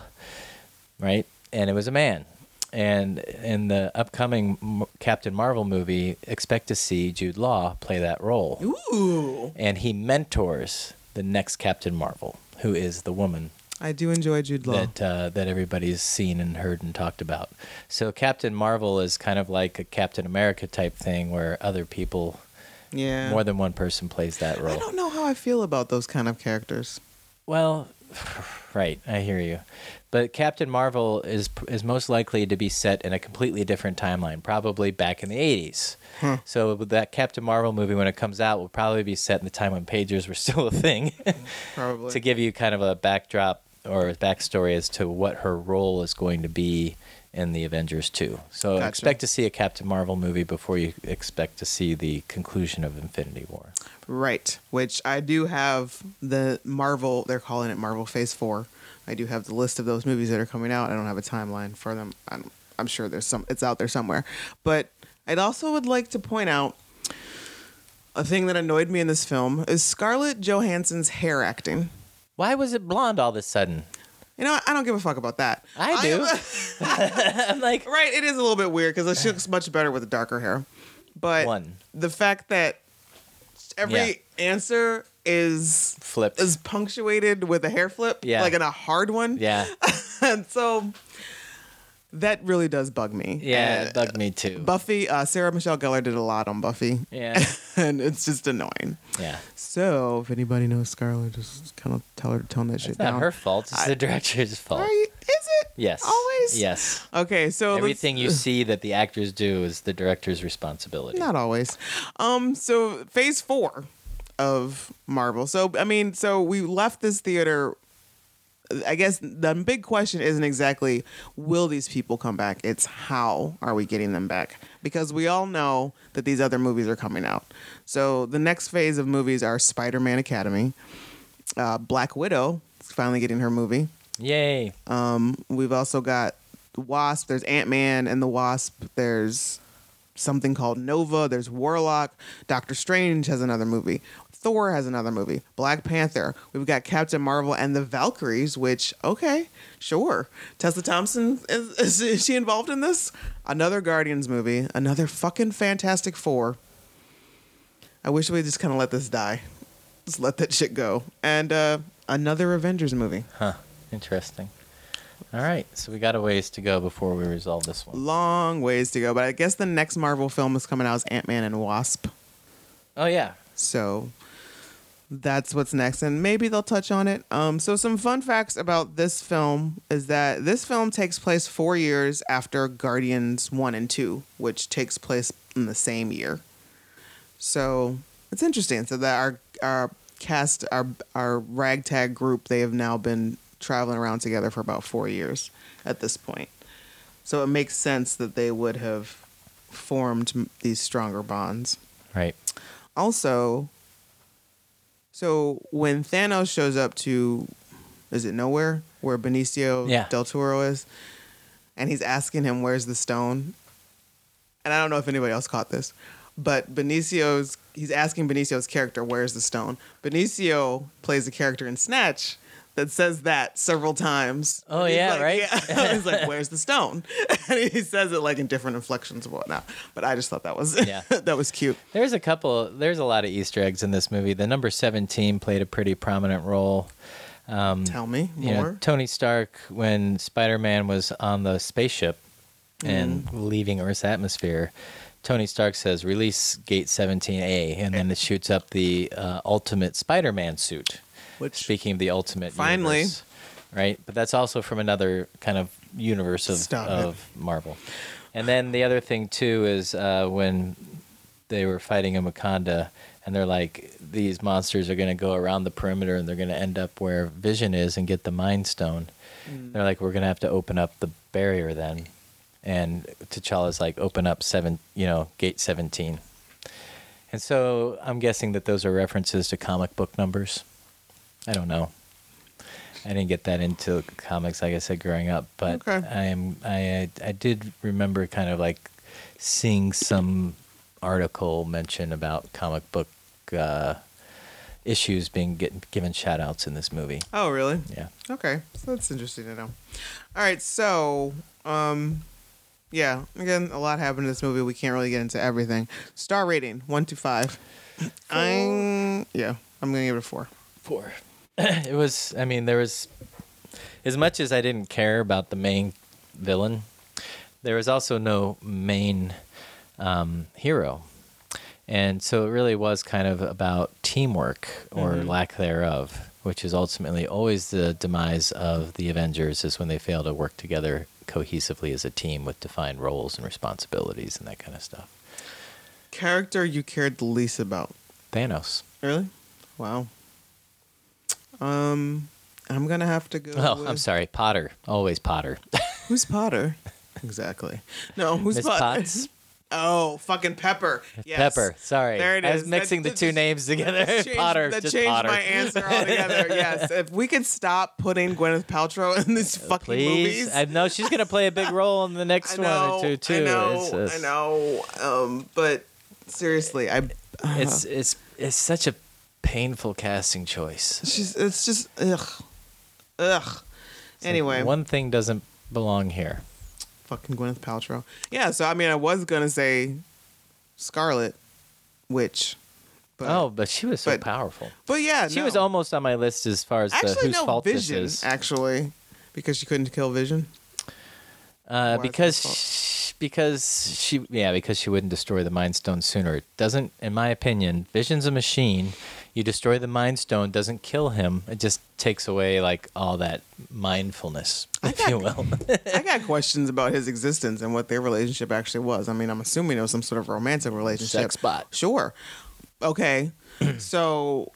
S2: right? And it was a man. And in the upcoming M- Captain Marvel movie, expect to see Jude Law play that role.
S1: Ooh,
S2: And he mentors the next Captain Marvel, who is the woman
S1: I do enjoy Jude Law.
S2: that uh, that everybody's seen and heard and talked about. So Captain Marvel is kind of like a Captain America type thing, where other people,
S1: yeah,
S2: more than one person, plays that
S1: I
S2: role.
S1: don't know how I feel about those kind of characters.
S2: Well, [sighs] right, I hear you, but Captain Marvel is is most likely to be set in a completely different timeline, probably back in the eighties.
S1: Huh.
S2: So that Captain Marvel movie, when it comes out, will probably be set in the time when pagers were [laughs] still a thing.
S1: Probably.
S2: to give you kind of a backdrop or a backstory as to what her role is going to be in the Avengers 2. So
S1: Gotcha.
S2: expect to see a Captain Marvel movie before you expect to see the conclusion of Infinity War.
S1: Right, which I do have the Marvel, they're calling it Marvel Phase 4. I do have the list of those movies that are coming out. I don't have a timeline for them. I'm, I'm sure there's some, it's out there somewhere. But I'd also would like to point out a thing that annoyed me in this film is Scarlett Johansson's hair acting.
S2: Why was it blonde all of a sudden?
S1: You know, I don't give a fuck about that.
S2: I do.
S1: [laughs]
S2: I'm [laughs] like,
S1: right, it is a little bit weird because she looks much better with darker hair. But
S2: One.
S1: the fact that every
S2: Yeah.
S1: answer is
S2: flipped.
S1: is punctuated with a hair flip,
S2: Yeah.
S1: like in a hard one.
S2: Yeah.
S1: [laughs] and so that really does bug me. Uh,
S2: Yeah,
S1: [laughs]
S2: it bugged me too.
S1: Buffy, uh, Sarah Michelle Gellar did a lot on Buffy,
S2: yeah.
S1: [laughs] and it's just annoying.
S2: Yeah.
S1: So if anybody knows Scarlett, just kind of tell her to tone that shit
S2: It's not
S1: down.
S2: her fault, it's the director's fault.
S1: Are you- is it?
S2: Yes.
S1: Always.
S2: Yes.
S1: Okay, so let's-
S2: Everything you see that the actors do is the director's responsibility.
S1: Not always. Um, so phase four of Marvel. So I mean, so we left this theater. I guess the big question isn't exactly will these people come back? It's how are we getting them back? Because we all know that these other movies are coming out. So the next phase of movies are Spider Man Academy, uh, Black Widow is finally getting her movie.
S2: Yay.
S1: Um, we've also got Wasp. There's Ant Man and the Wasp. There's something called Nova. There's Warlock. Doctor Strange has another movie. Thor has another movie. Black Panther. We've got Captain Marvel and the Valkyries. Which okay, sure. Tessa Thompson is, [laughs] is she involved in this? Another Guardians movie. Another fucking Fantastic Four. I wish we just kind of let this die. Just let that shit go. And uh, another Avengers movie.
S2: Huh. Interesting. All right. So we got a ways to go before we resolve this one.
S1: long ways to go. But I guess the next Marvel film is coming out is Ant Man and Wasp.
S2: Oh yeah.
S1: So that's what's next. And maybe they'll touch on it. Um, so, some fun facts about this film is that this film takes place four years after Guardians 1 and 2, which takes place in the same year. So, it's interesting. So, that our, our cast, our, our ragtag group, they have now been traveling around together for about four years at this point. So, it makes sense that they would have formed m- these stronger bonds
S2: Right.
S1: also so when Thanos shows up to is it nowhere where Benicio
S2: Yeah.
S1: del Toro is and he's asking him where's the stone and I don't know if anybody else caught this but Benicio's he's asking Benicio's character where's the stone Benicio plays a character in Snatch that says that several times.
S2: Oh,
S1: He's
S2: yeah,
S1: like-
S2: right?
S1: Yeah. [laughs] he's
S2: [laughs]
S1: like, "Where's the stone?" [laughs] And he says it like in different inflections and whatnot. But I just thought that was
S2: Yeah.
S1: [laughs] that was cute.
S2: There's a couple. There's a lot of Easter eggs in this movie. The number seventeen played a pretty prominent role. Um,
S1: Tell me more.
S2: you know, Tony Stark when Spider-Man was on the spaceship and leaving Earth's atmosphere. Tony Stark says, "Release Gate 17A," and then it shoots up the uh, Ultimate Spider-Man suit.
S1: Which-
S2: speaking of the Ultimate,
S1: Finally.
S2: universe, right? But that's also from another kind of universe of,
S1: Stop it.
S2: of Marvel. And then the other thing too is uh, when they were fighting in Wakanda, and they're like, these monsters are going to go around the perimeter, and they're going to end up where Vision is and get the Mind Stone.
S1: Mm.
S2: They're like, we're going to have to open up the barrier then. And T'Challa's like, open up seven, you know, gate seventeen. And so I'm guessing that those are references to comic book numbers. I don't know. I didn't get that into comics, like I said, growing up. But
S1: Okay.
S2: I am I I did remember kind of like seeing some article mention about comic book uh, issues being get, given shout outs in this movie.
S1: Oh, really?
S2: Yeah.
S1: Okay, so that's interesting to know. All right, so um, yeah, again, a lot happened in this movie. We can't really get into everything. Star rating one to five. I yeah, I'm gonna give it a four.
S2: Four. [clears throat] it was. I mean, there was as much as I didn't care about the main villain. There was also no main um, hero, and so it really was kind of about teamwork or lack thereof, which is ultimately always the demise of the Avengers is when they fail to work together cohesively as a team with defined roles and responsibilities and that kind of stuff.
S1: Character you cared the least about.
S2: Thanos.
S1: Really? Wow. Um, I'm gonna have to go.
S2: Oh,
S1: with-
S2: I'm sorry, Potter. Always Potter.
S1: Who's
S2: [laughs]
S1: Potter? exactly. No, who's
S2: Miss
S1: Potter?
S2: Potts.
S1: [laughs] Oh, fucking Pepper. Yes.
S2: Pepper. Sorry,
S1: There it
S2: I was
S1: is.
S2: mixing
S1: That-
S2: the
S1: that
S2: two
S1: just-
S2: names together.
S1: That changed-
S2: Potter,
S1: That
S2: just
S1: changed
S2: Potter.
S1: my answer
S2: [laughs]
S1: altogether. yes, if we could stop putting Gwyneth Paltrow in these fucking
S2: Uh, Please,
S1: movies.
S2: I know she's gonna play
S1: [laughs]
S2: a big role in the next
S1: I know,
S2: one or two too.
S1: I know,
S2: it's,
S1: I
S2: it's,
S1: know. Um, but seriously, I.
S2: It's it's it's such a painful casting choice. It's
S1: She's. It's just ugh, ugh.
S2: like,
S1: Anyway,
S2: one thing doesn't belong here.
S1: fucking Gwyneth Paltrow. Yeah. So I mean, I was gonna say Scarlet Witch. But,
S2: oh, but she was so
S1: but-
S2: powerful.
S1: But yeah,
S2: She
S1: no.
S2: was almost on my list as far as the,
S1: actually
S2: whose
S1: no
S2: fault
S1: Vision.
S2: this is.
S1: Actually, because she couldn't kill Vision.
S2: Uh,
S1: Why
S2: because
S1: is that
S2: sh because she yeah because she wouldn't destroy the mind stone sooner. It doesn't, in my opinion, Vision's a machine. You destroy the mind stone doesn't kill him. It just takes away like all that mindfulness, if you
S1: [laughs]
S2: will. [laughs]
S1: I got questions about his existence and what their relationship actually was. I mean, I'm assuming it was some sort of romantic relationship.
S2: Sex bot.
S1: Sure.
S2: [clears throat]
S1: Okay. so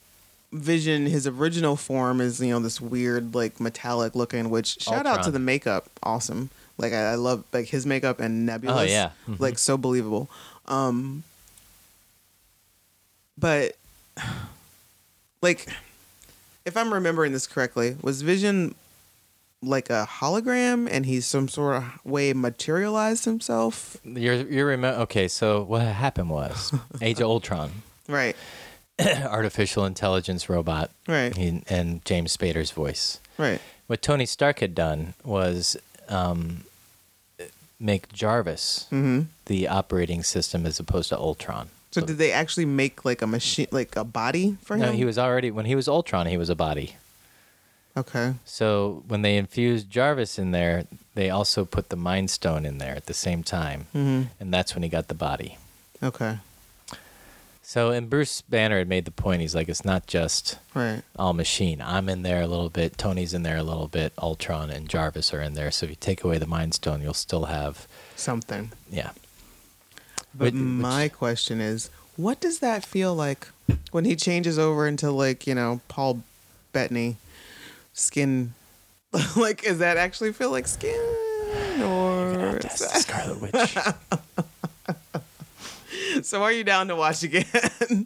S1: Vision, his original form is, you know, this weird, like metallic looking, which shout out to
S2: Ultron.
S1: the makeup. Awesome. Like I, I love like his makeup and nebulous.
S2: yeah. Mhm.
S1: Like so believable. Um but like if I'm remembering this correctly, was Vision like a hologram and he's some sort of way materialized himself?
S2: you're you're remo- okay. So what happened was Age of Ultron, [clears throat]
S1: Right.
S2: artificial intelligence robot,
S1: Right.
S2: he- and James Spader's voice.
S1: Right.
S2: what Tony Stark had done was um, make Jarvis
S1: Mm-hmm.
S2: the operating system as opposed to Ultron.
S1: So did they actually make like a machine, like a body for him?
S2: No, he was already when he was Ultron, he was a body.
S1: okay.
S2: So when they infused Jarvis in there, they also put the Mind Stone in there at the same time,
S1: Mm-hmm.
S2: and that's when he got the body.
S1: Okay.
S2: So and Bruce Banner had made the point. He's like, it's not just
S1: Right.
S2: all machine. I'm in there a little bit. Tony's in there a little bit. Ultron and Jarvis are in there. So if you take away the Mind Stone, you'll still have
S1: Something.
S2: yeah.
S1: But
S2: Which- which-
S1: my question is, what does that feel like when he changes over into like you know Paul Bettany skin? [laughs] like, is that actually feel like skin or?
S2: Scarlet
S1: [laughs]
S2: Witch.
S1: So are you down to watch again?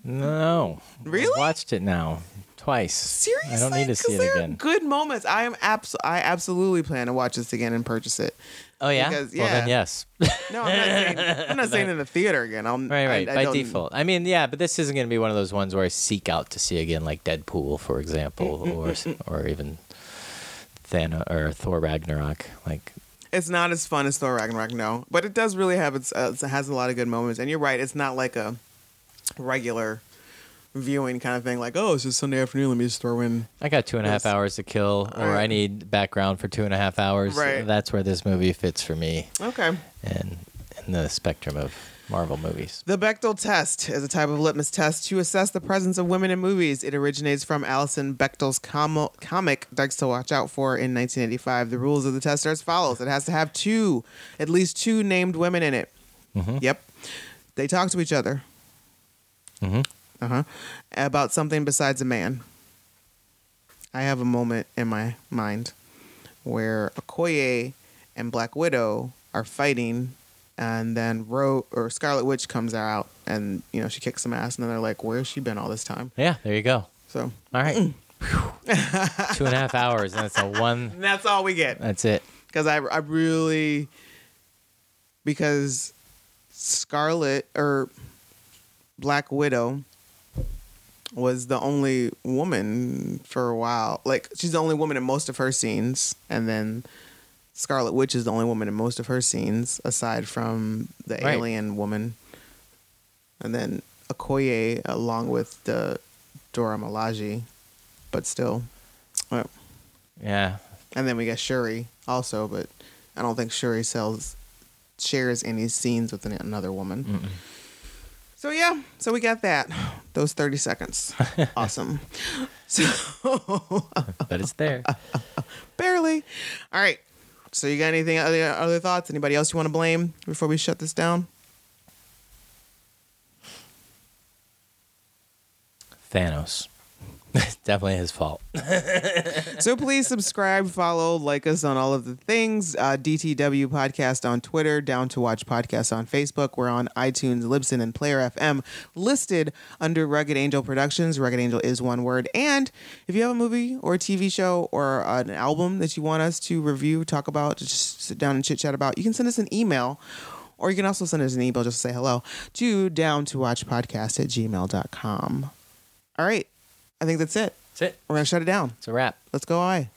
S1: [laughs]
S2: no.
S1: Really?
S2: I watched it now twice.
S1: Seriously,
S2: I don't need to
S1: 'Cause
S2: see it
S1: there are
S2: again.
S1: Good moments. I am abs- I absolutely plan to watch this again and purchase it.
S2: Oh yeah?
S1: because-
S2: Well then
S1: yeah.
S2: yes.
S1: No, I'm not saying, I'm
S2: [laughs]
S1: not saying in the theater again. I'm,
S2: right,
S1: I- [laughs]
S2: right.
S1: I
S2: By
S1: don't-
S2: default. I mean, yeah, but this isn't going to be one of those ones where I seek out to see again like Deadpool
S1: [laughs]
S2: for example or or even Thanos or Thor Ragnarok like
S1: It's not as fun as Thor Ragnarok, no, but it does really have its. Uh, it has a lot of good moments, and you're right. It's not like a regular viewing kind of thing. Like, oh, it's just Sunday afternoon. Let me just throw in.
S2: I got two and a half
S1: Yes.
S2: hours to kill, or
S1: Right.
S2: I need background for two and a half hours.
S1: Right.
S2: That's where this movie fits for me,
S1: Okay.
S2: and in the spectrum of Marvel movies.
S1: The Bechtel test is a type of litmus test to assess the presence of women in movies. It originates from Alison Bechtel's com- comic Dykes to Watch Out For in 1985. The rules of the test are as follows it has to have two, at least two named women in it.
S2: Hmm.
S1: Yep. They talk to each other. Mm-hmm. Uh huh. About something besides a man. I have a moment in my mind where Okoye and Black Widow are fighting, and then Ro or Scarlet Witch comes out, and you know she kicks some ass, and then they're like, "Where's she been all this time?"
S2: Yeah, there you go.
S1: So
S2: All right. two and a half hours, and that's a one.
S1: And that's all we get.
S2: That's it.
S1: because I, I really because Scarlet or Black Widow was the only woman for a while. Like she's the only woman in most of her scenes, and then Scarlet Witch is the only woman in most of her scenes, aside from the
S2: Right.
S1: alien woman, and then Okoye along with the Dora Milaje, but still. Well,
S2: Yeah.
S1: and then we got Shuri also, but I don't think Shuri sells shares any scenes with an- another woman. So yeah, so we got that. Those 30 seconds. awesome. So
S2: But it's there.
S1: [laughs] barely. All right. So you got anything other other thoughts? Anybody else you want to blame before we shut this down?
S2: Thanos. [laughs] Definitely his fault.
S1: so please subscribe, follow, like us on all of the things. Uh, DTW Podcast on Twitter, Down to Watch Podcast on Facebook. We're on iTunes, Libsyn, and Player FM, listed under Rugged Angel Productions. Rugged Angel is one word. And if you have a movie or a TV show or an album that you want us to review, talk about, just sit down and chit chat about, you can send us an email. Or you can also send us an email just to say hello to down to watch podcast at gmail.com. All right. I think that's it.
S2: That's it.
S1: We're going to shut it down.
S2: It's a wrap.
S1: Let's go, I.